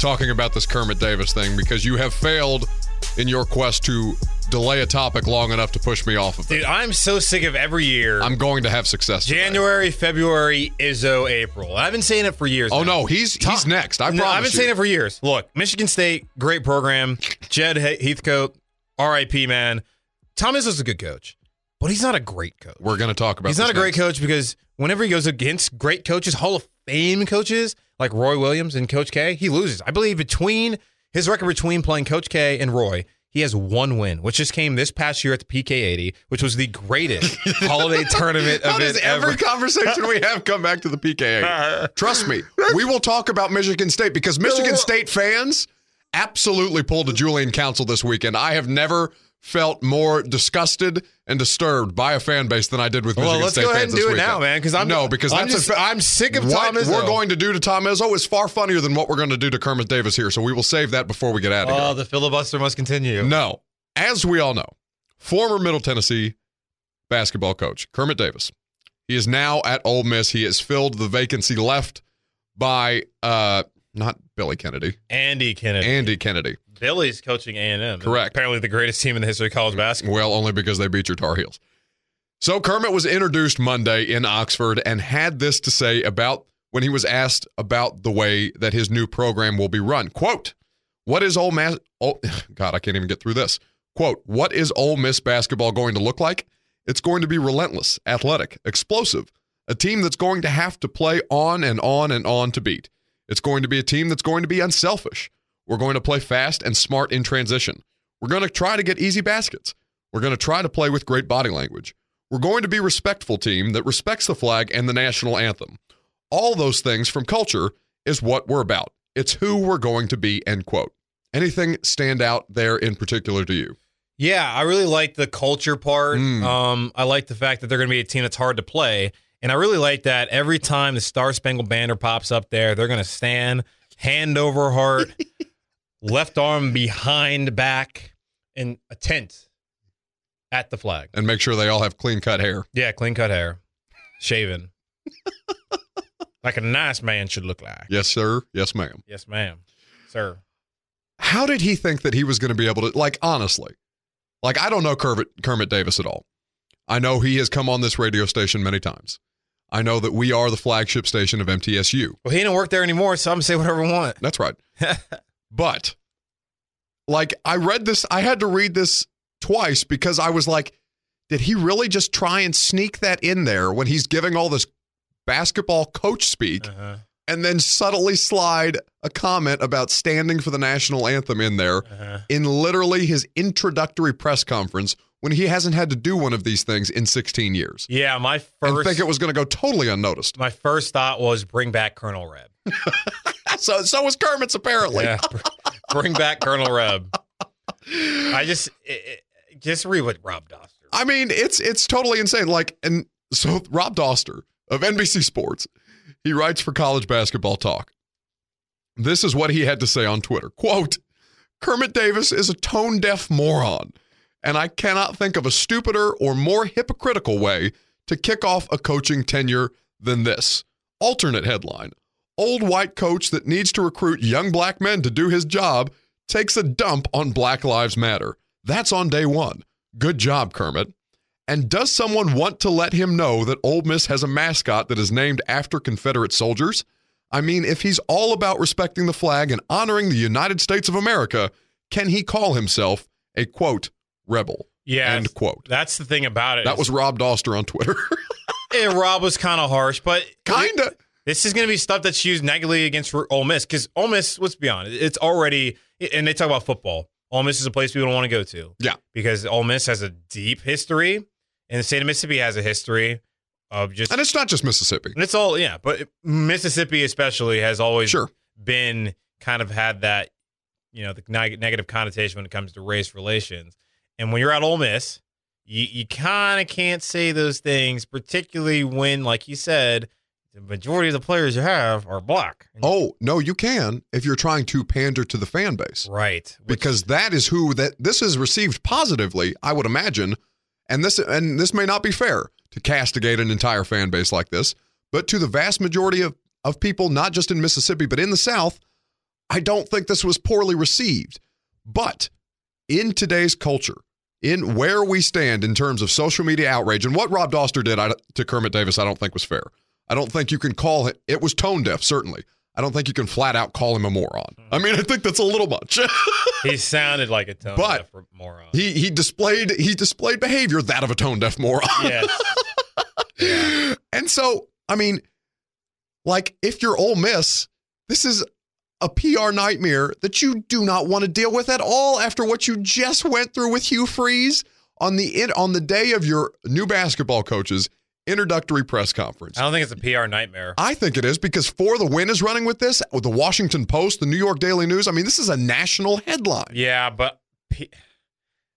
talking about this Kermit Davis thing because you have failed in your quest to delay a topic long enough to push me off of it.
Dude, I'm so sick of every year.
I'm going to have success. today.
January, February, Izzo, April. I've been saying it for years.
Oh
now.
no, he's he's next. I
No, I've
promise
been saying
you.
it for years. Look, Michigan State, great program. Jed He- Heathcote, R.I.P. Man. Tom Izzo's a good coach, but he's not a great coach.
We're going to talk about.
He's
this
not a great
next.
coach because whenever he goes against great coaches, Hall of Fame coaches like Roy Williams and Coach K, he loses. I believe between his record between playing Coach K and Roy, he has one win, which just came this past year at the PK80, which was the greatest holiday tournament
How
event
does every
ever. Uh-huh.
conversation we have come back to the PKA? Trust me, we will talk about Michigan State because Michigan State fans absolutely pulled a Julian Council this weekend. I have never felt more disgusted and disturbed by a fan base than I did with Michigan
Well, let's
State
go ahead
fans
and do
this
it now,
weekend.
man, because I'm
no, because
I'm
that's
just-
a fa-
I'm sick of
what
Tom Izzo.
we're going to do to Tom Izzo is far funnier than what we're going to do to Kermit Davis here. So we will save that before we get out of here.
Oh, the filibuster must continue.
No. As we all know, former Middle Tennessee basketball coach Kermit Davis. He is now at Ole Miss. He has filled the vacancy left by uh not Billy Kennedy,
Andy Kennedy.
Andy Kennedy.
Billy's coaching A&M.
Correct.
Apparently the greatest team in the history of college basketball.
Well, only because they beat your Tar Heels. So Kermit was introduced Monday in Oxford and had this to say about when he was asked about the way that his new program will be run. Quote, what is Ole Miss? Oh, God, I can't even get through this. Quote, what is Ole Miss basketball going to look like? It's going to be relentless, athletic, explosive, a team that's going to have to play on and on and on to beat. It's going to be a team that's going to be unselfish. We're going to play fast and smart in transition. We're going to try to get easy baskets. We're going to try to play with great body language. We're going to be a respectful team that respects the flag and the national anthem. All those things from culture is what we're about. It's who we're going to be, end quote. Anything stand out there in particular to you?
Yeah, I really like the culture part.
Mm.
Um, I like the fact that they're going to be a team that's hard to play, and I really like that every time the Star Spangled Banner pops up there, they're going to stand hand over heart, left arm behind back, and a tent at the flag.
And make sure they all have clean cut hair.
Yeah, clean cut hair, shaven, like a nice man should look like.
Yes, sir. Yes, ma'am.
Yes, ma'am, sir.
How did he think that he was going to be able to, like, honestly? Like, I don't know Kermit, Kermit Davis at all. I know he has come on this radio station many times. I know that we are the flagship station of MTSU.
Well, he didn't work there anymore, so I'm gonna say whatever I want.
That's right. but like I read this, I had to read this twice because I was like, did he really just try and sneak that in there when he's giving all this basketball coach speak
Uh-huh.
and then subtly slide a comment about standing for the national anthem in there
Uh-huh.
in literally his introductory press conference when he hasn't had to do one of these things in 16 years?
Yeah, my first.
And think it was going to go totally unnoticed.
my first thought was bring back Colonel Reb.
So so was Kermit's apparently.
bring back Colonel Reb. I just it, it- just read what Rob Doster.
I mean, it's it's totally insane. Like, and so Rob Doster of NBC Sports, he writes for College Basketball Talk. This is what he had to say on Twitter. Quote, Kermit Davis is a tone deaf moron, and I cannot think of a stupider or more hypocritical way to kick off a coaching tenure than this. Alternate headline Old white coach that needs to recruit young black men to do his job takes a dump on Black Lives Matter. That's on day one. Good job, Kermit. And does someone want to let him know that Ole Miss has a mascot that is named after Confederate soldiers? I mean, if he's all about respecting the flag and honoring the United States of America, can he call himself a quote rebel?
Yeah,
End quote.
That's the thing about it.
That was Rob Doster on Twitter.
Eh, Rob was kind of harsh, but
Kinda.
This is going to be stuff that's used negatively against Ole Miss because Ole Miss, let's be honest, it's already, and they talk about football. Ole Miss is a place we don't want to go to.
Yeah.
Because Ole Miss has a deep history, and the state of Mississippi has a history of just,
And it's not just Mississippi.
and it's all, yeah, but Mississippi especially has always
Sure.
been kind of had that, you know, the neg- negative connotation when it comes to race relations. And when you're at Ole Miss, you, you kind of can't say those things, particularly when, like you said, the majority of the players you have are black. And-
Oh, no, you can if you're trying to pander to the fan base.
right. Which-
because that is who that this is received positively, I would imagine. And this and this may not be fair to castigate an entire fan base like this, but to the vast majority of of people not just in Mississippi but in the South, I don't think this was poorly received. But in today's culture, in where we stand in terms of social media outrage and what Rob Doster did I, to Kermit Davis, I don't think was fair. I don't think you can call it. It was tone deaf, certainly. I don't think you can flat out call him a moron. I mean, I think that's a little much.
he sounded like a tone
But-
deaf moron.
He he displayed he displayed behavior that of a tone deaf moron.
yes.
And so, I mean, like if you're Ole Miss, this is a PR nightmare that you do not want to deal with at all after what you just went through with Hugh Freeze on the in, on the day of your new basketball coach's introductory press conference.
I don't think it's a PR nightmare.
I think it is because For the Win is running with this, with the Washington Post, the New York Daily News. I mean, this is a national headline.
Yeah, but P-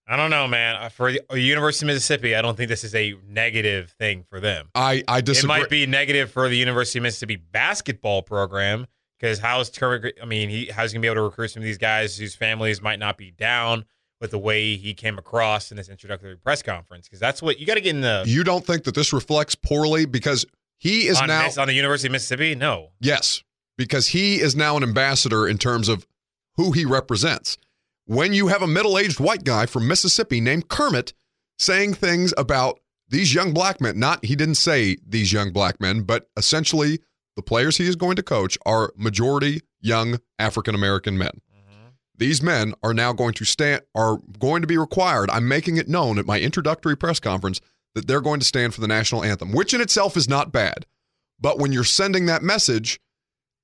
I don't know, man. Uh, For the University of Mississippi, I don't think this is a negative thing for them.
I I
It
disagree.
might be negative for the University of Mississippi basketball program because how's Kermit? I mean, he how's he gonna be able to recruit some of these guys whose families might not be down with the way he came across in this introductory press conference? Because that's what you got to get in the
you don't think that this reflects poorly because he is
on,
now
Miss- on the University of Mississippi. No,
Yes, because he is now an ambassador in terms of who he represents. When you have a middle aged white guy from Mississippi named Kermit saying things about these young black men, not he didn't say these young black men, but essentially the players he is going to coach are majority young African American men.
Mm-hmm.
These men are now going to stand are going to be required. I'm making it known at my introductory press conference that they're going to stand for the national anthem, which in itself is not bad. But when you're sending that message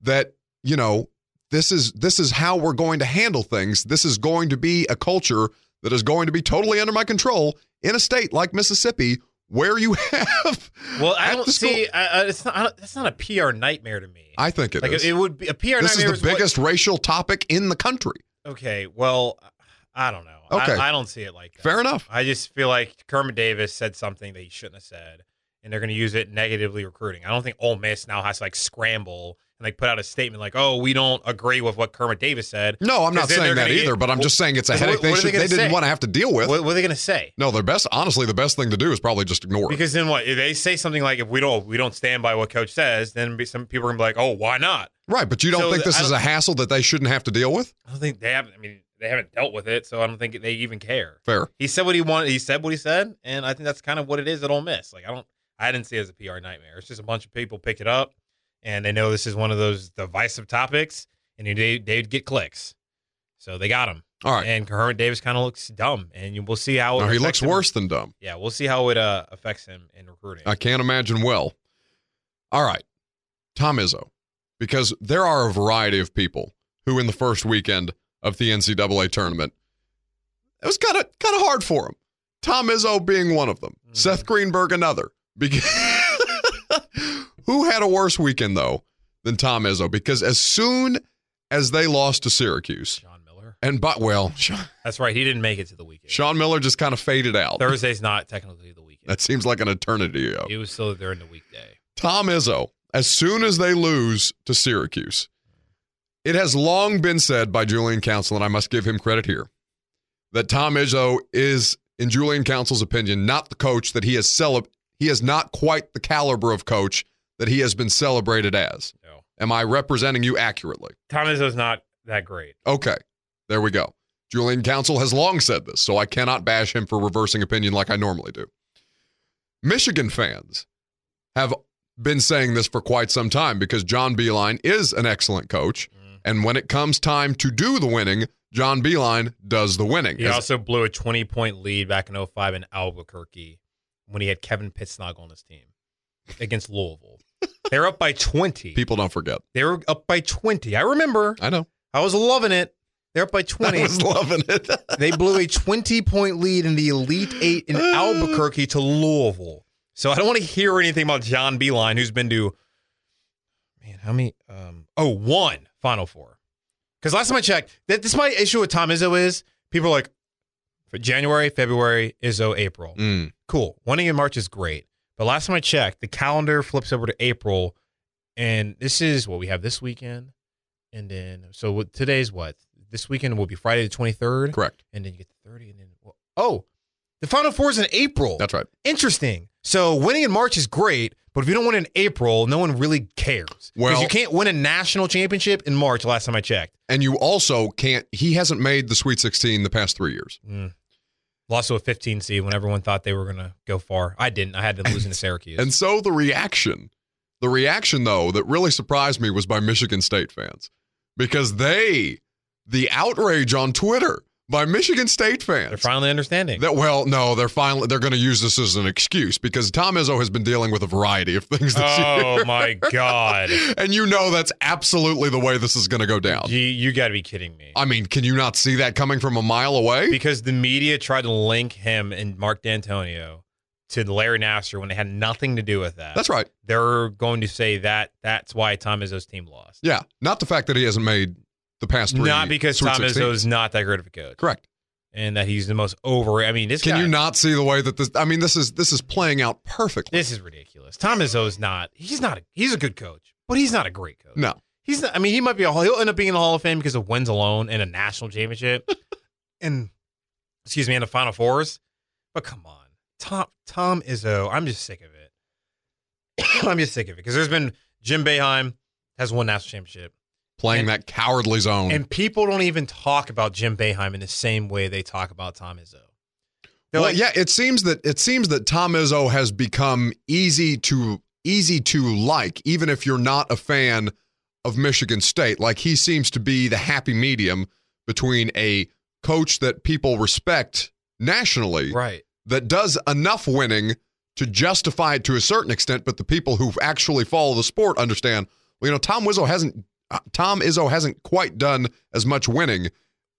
that, you know, this is this is how we're going to handle things, this is going to be a culture that is going to be totally under my control in a state like Mississippi where you have
well, I
at
don't
the school-
see. I, I, it's not. I don't, that's not a PR nightmare to me.
I think it
like
is.
it would be a PR
this
nightmare.
is the
what-
biggest racial topic in the country.
Okay, well, I don't know.
Okay.
I, I don't see it like that.
Fair enough.
I just feel like Kermit Davis said something that he shouldn't have said, and they're going to use it negatively recruiting. I don't think Ole Miss now has to like scramble and like put out a statement like, "Oh, we don't agree with what Kermit Davis said."
No, I'm not
Because then
saying
they're
that
gonna
either,
get-
but I'm just saying it's a
What-
headache
what
they,
are they
should,
gonna
they didn't
say?
want to have to deal with.
What, what are they going to say?
no, their best, honestly, the best thing to do is probably just ignore it.
Because then what? If they say something like, "If we don't, we don't stand by what coach says," then be- some people are going to be like, "Oh, why not?"
Right, but you don't
So
think
th-
this
I
is a
don't-
hassle that they shouldn't have to deal with?
I don't think they haven't. I mean, they haven't dealt with it, so I don't think they even care.
Fair.
he said what he wanted. He said what he said, and I think that's kind of what it is at Ole Miss. Like I don't, I didn't see it as a PR nightmare. It's just a bunch of people pick it up, and they know this is one of those divisive topics, and they they'd get clicks. So they got him,
All right.
and Kermit Davis kind of looks dumb, and you- we'll see how it
Now, he
affects
looks
him.
worse than dumb.
Yeah, we'll see how it uh, affects him in recruiting.
I can't imagine well. All right. Tom Izzo. Because there are a variety of people who in the first weekend of the NCAA tournament, it was kind of kind of hard for him. Tom Izzo being one of them. Seth Greenberg another. Because who had a worse weekend though than Tom Izzo? Because as soon as they lost to Syracuse,
John Miller.
and but well, Sean,
That's right. He didn't make it to the weekend.
Sean Miller just kind of faded out.
Thursday's not technically the weekend.
That seems like an eternity ago.
It was still during the weekday.
Tom Izzo, as soon as they lose to Syracuse, it has long been said by Julian Council, and I must give him credit here, that Tom Izzo is, in Julian Council's opinion, not the coach that he has celeb- he is not quite the caliber of coach that he has been celebrated as.
No.
Am I representing you accurately?
Tom Izzo's not that great.
Okay, there we go. Julian Council has long said this, so I cannot bash him for reversing opinion like I normally do. Michigan fans have been saying this for quite some time because John Beeline is an excellent coach. And when it comes time to do the winning, John Beeline does the winning.
He
As-
also blew a 20 point lead back in 05 in Albuquerque when he had Kevin Pittsnog on his team against Louisville. they were up by 20.
people don't forget.
They were up by 20. I remember.
I know.
I was loving it. They're up by 20.
I was loving it.
they blew a 20 point lead in the Elite Eight in Albuquerque to Louisville. So I don't want to hear anything about John Beeline, who's been to, man, how many? Um, oh, one Final Four. Because last time I checked, that this is my issue with Tom Izzo is people are like, for January, February, Izzo, April.
Mm.
Cool. Winning in March is great. But last time I checked, the calendar flips over to April, and this is what we have this weekend. And then, so what- today's what? This weekend will be Friday the 23rd
Correct.
and then you get the 30 and then well, oh the final four is in april
That's right.
interesting so winning in march is great but if you don't win in april no one really cares because
Well-
you can't win a national championship in march last time i checked
And you also can't, he hasn't made the Sweet 16 the past three years.
lost to a 15 seed when everyone thought they were going to go far i didn't i had them losing to syracuse
And so the reaction, the reaction though that really surprised me was by Michigan State fans because they, the outrage on Twitter by Michigan State
they're
fans.
finally understanding
That well, no, they're finally they're going to use this as an excuse because Tom Izzo has been dealing with a variety of things this
oh my god
year, and you know that's absolutely the way this is going to go down.
you, you gotta be kidding me
Um, I mean, can you not see that coming from a mile away?
because the media tried to link him and mark d'antonio to larry nasser when they had nothing to do with that
That's right.
they're going to say that that's why Tom Izzo's team lost.
Yeah, not the fact that he hasn't made the past three.
Not because
Sweet
Tom
16.
Izzo's not that great of a coach.
correct.
And that he's the most over. I mean, this
Can
guy,
you not see the way that this? I mean, this is this is playing out perfectly.
This is ridiculous. Tom Izzo's not. He's not. A, he's a good coach, but he's not a great coach.
No,
He's not. I mean, he might be. A, he'll end up being in the Hall of Fame because of wins alone and a national championship, and excuse me, and the Final Fours. But come on, Tom Tom Izzo. I'm just sick of it. I'm just sick of it because there's been Jim Beheim has one national championship.
playing
And-
that cowardly zone.
And people don't even talk about Jim Beheim in the same way they talk about Tom Izzo. They're
well,
like,
yeah, it seems that it seems that Tom Izzo has become easy to easy to like, even if you're not a fan of Michigan State. Like he seems to be the happy medium between a coach that people respect nationally
right.
that does enough winning to justify it to a certain extent, but the people who actually follow the sport understand. Well, you know, Tom Izzo hasn't uh, Tom Izzo hasn't quite done as much winning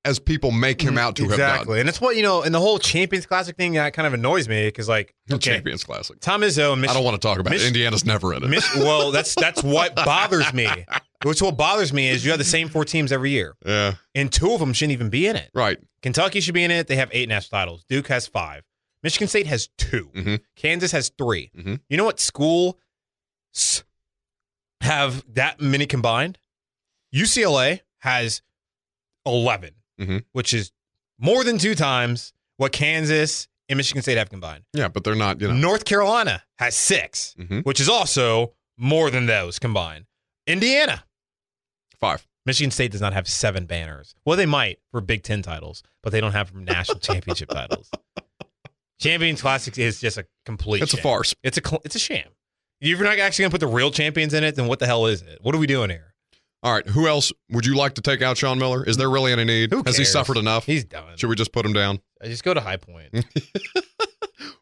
as people make him out to have done.
Mm, Exactly. And it's what, you know, and the whole Champions Classic thing that kind of annoys me because, like,
The
okay,
Champions Classic.
Tom Izzo and Mich-
I don't want to talk about
Mich-
it. Indiana's never in it.
Mich- well, that's that's what bothers me. Which what bothers me is you have the same four teams every year,
yeah,
and two of them shouldn't even be in it.
right.
Kentucky should be in it. They have eight national titles. Duke has five. Michigan State has 2
Mhm.
Kansas has 3
Mhm.
You know what school s- have that many combined? UCLA has 11,
Mhm.
which is more than two times what Kansas and Michigan State have combined.
Yeah, but they're not. You know,
North Carolina has 6
Mhm.
which is also more than those combined. Indiana
five.
Michigan State does not have seven banners. Well, they might for Big Ten titles, but they don't have national championship titles. Champions Classics is just a complete.
It's a
sham.
farce.
It's a cl- it's a sham. If you're not actually gonna put the real champions in it, then what the hell is it? What are we doing here?
All right. Who else would you like to take out? Sean Miller? Is there really any need?
Who
Has he
cares?
suffered enough?
He's done.
Should we just put him down?
I just go to High Point.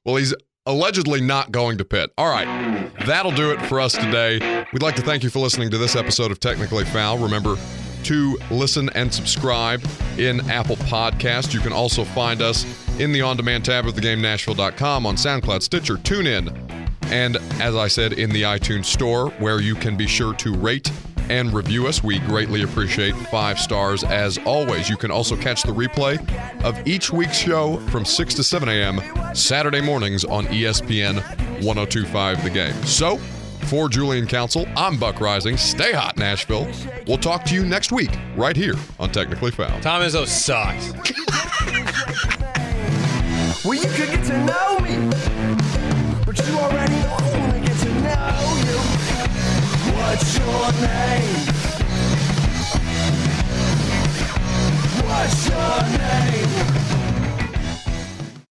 Well, he's allegedly not going to pit. All right. That'll do it for us today. We'd like to thank you for listening to this episode of Technically Foul. Remember to listen and subscribe in Apple Podcast. You can also find us in the on-demand tab of theGameNashville.com on SoundCloud, Stitcher, TuneIn, and as I said, in the iTunes Store, where you can be sure to rate and review us. We greatly appreciate five stars as always. You can also catch the replay of each week's show from 6 to 7 a.m. Saturday mornings on E ESPN 1025 The Game. So, for Julian Council, I'm Buck Rising. Stay hot, Nashville. We'll talk to you next week right here on Technically Foul.
Tom Izzo sucks.
Well, you could get to know me, but you already know me.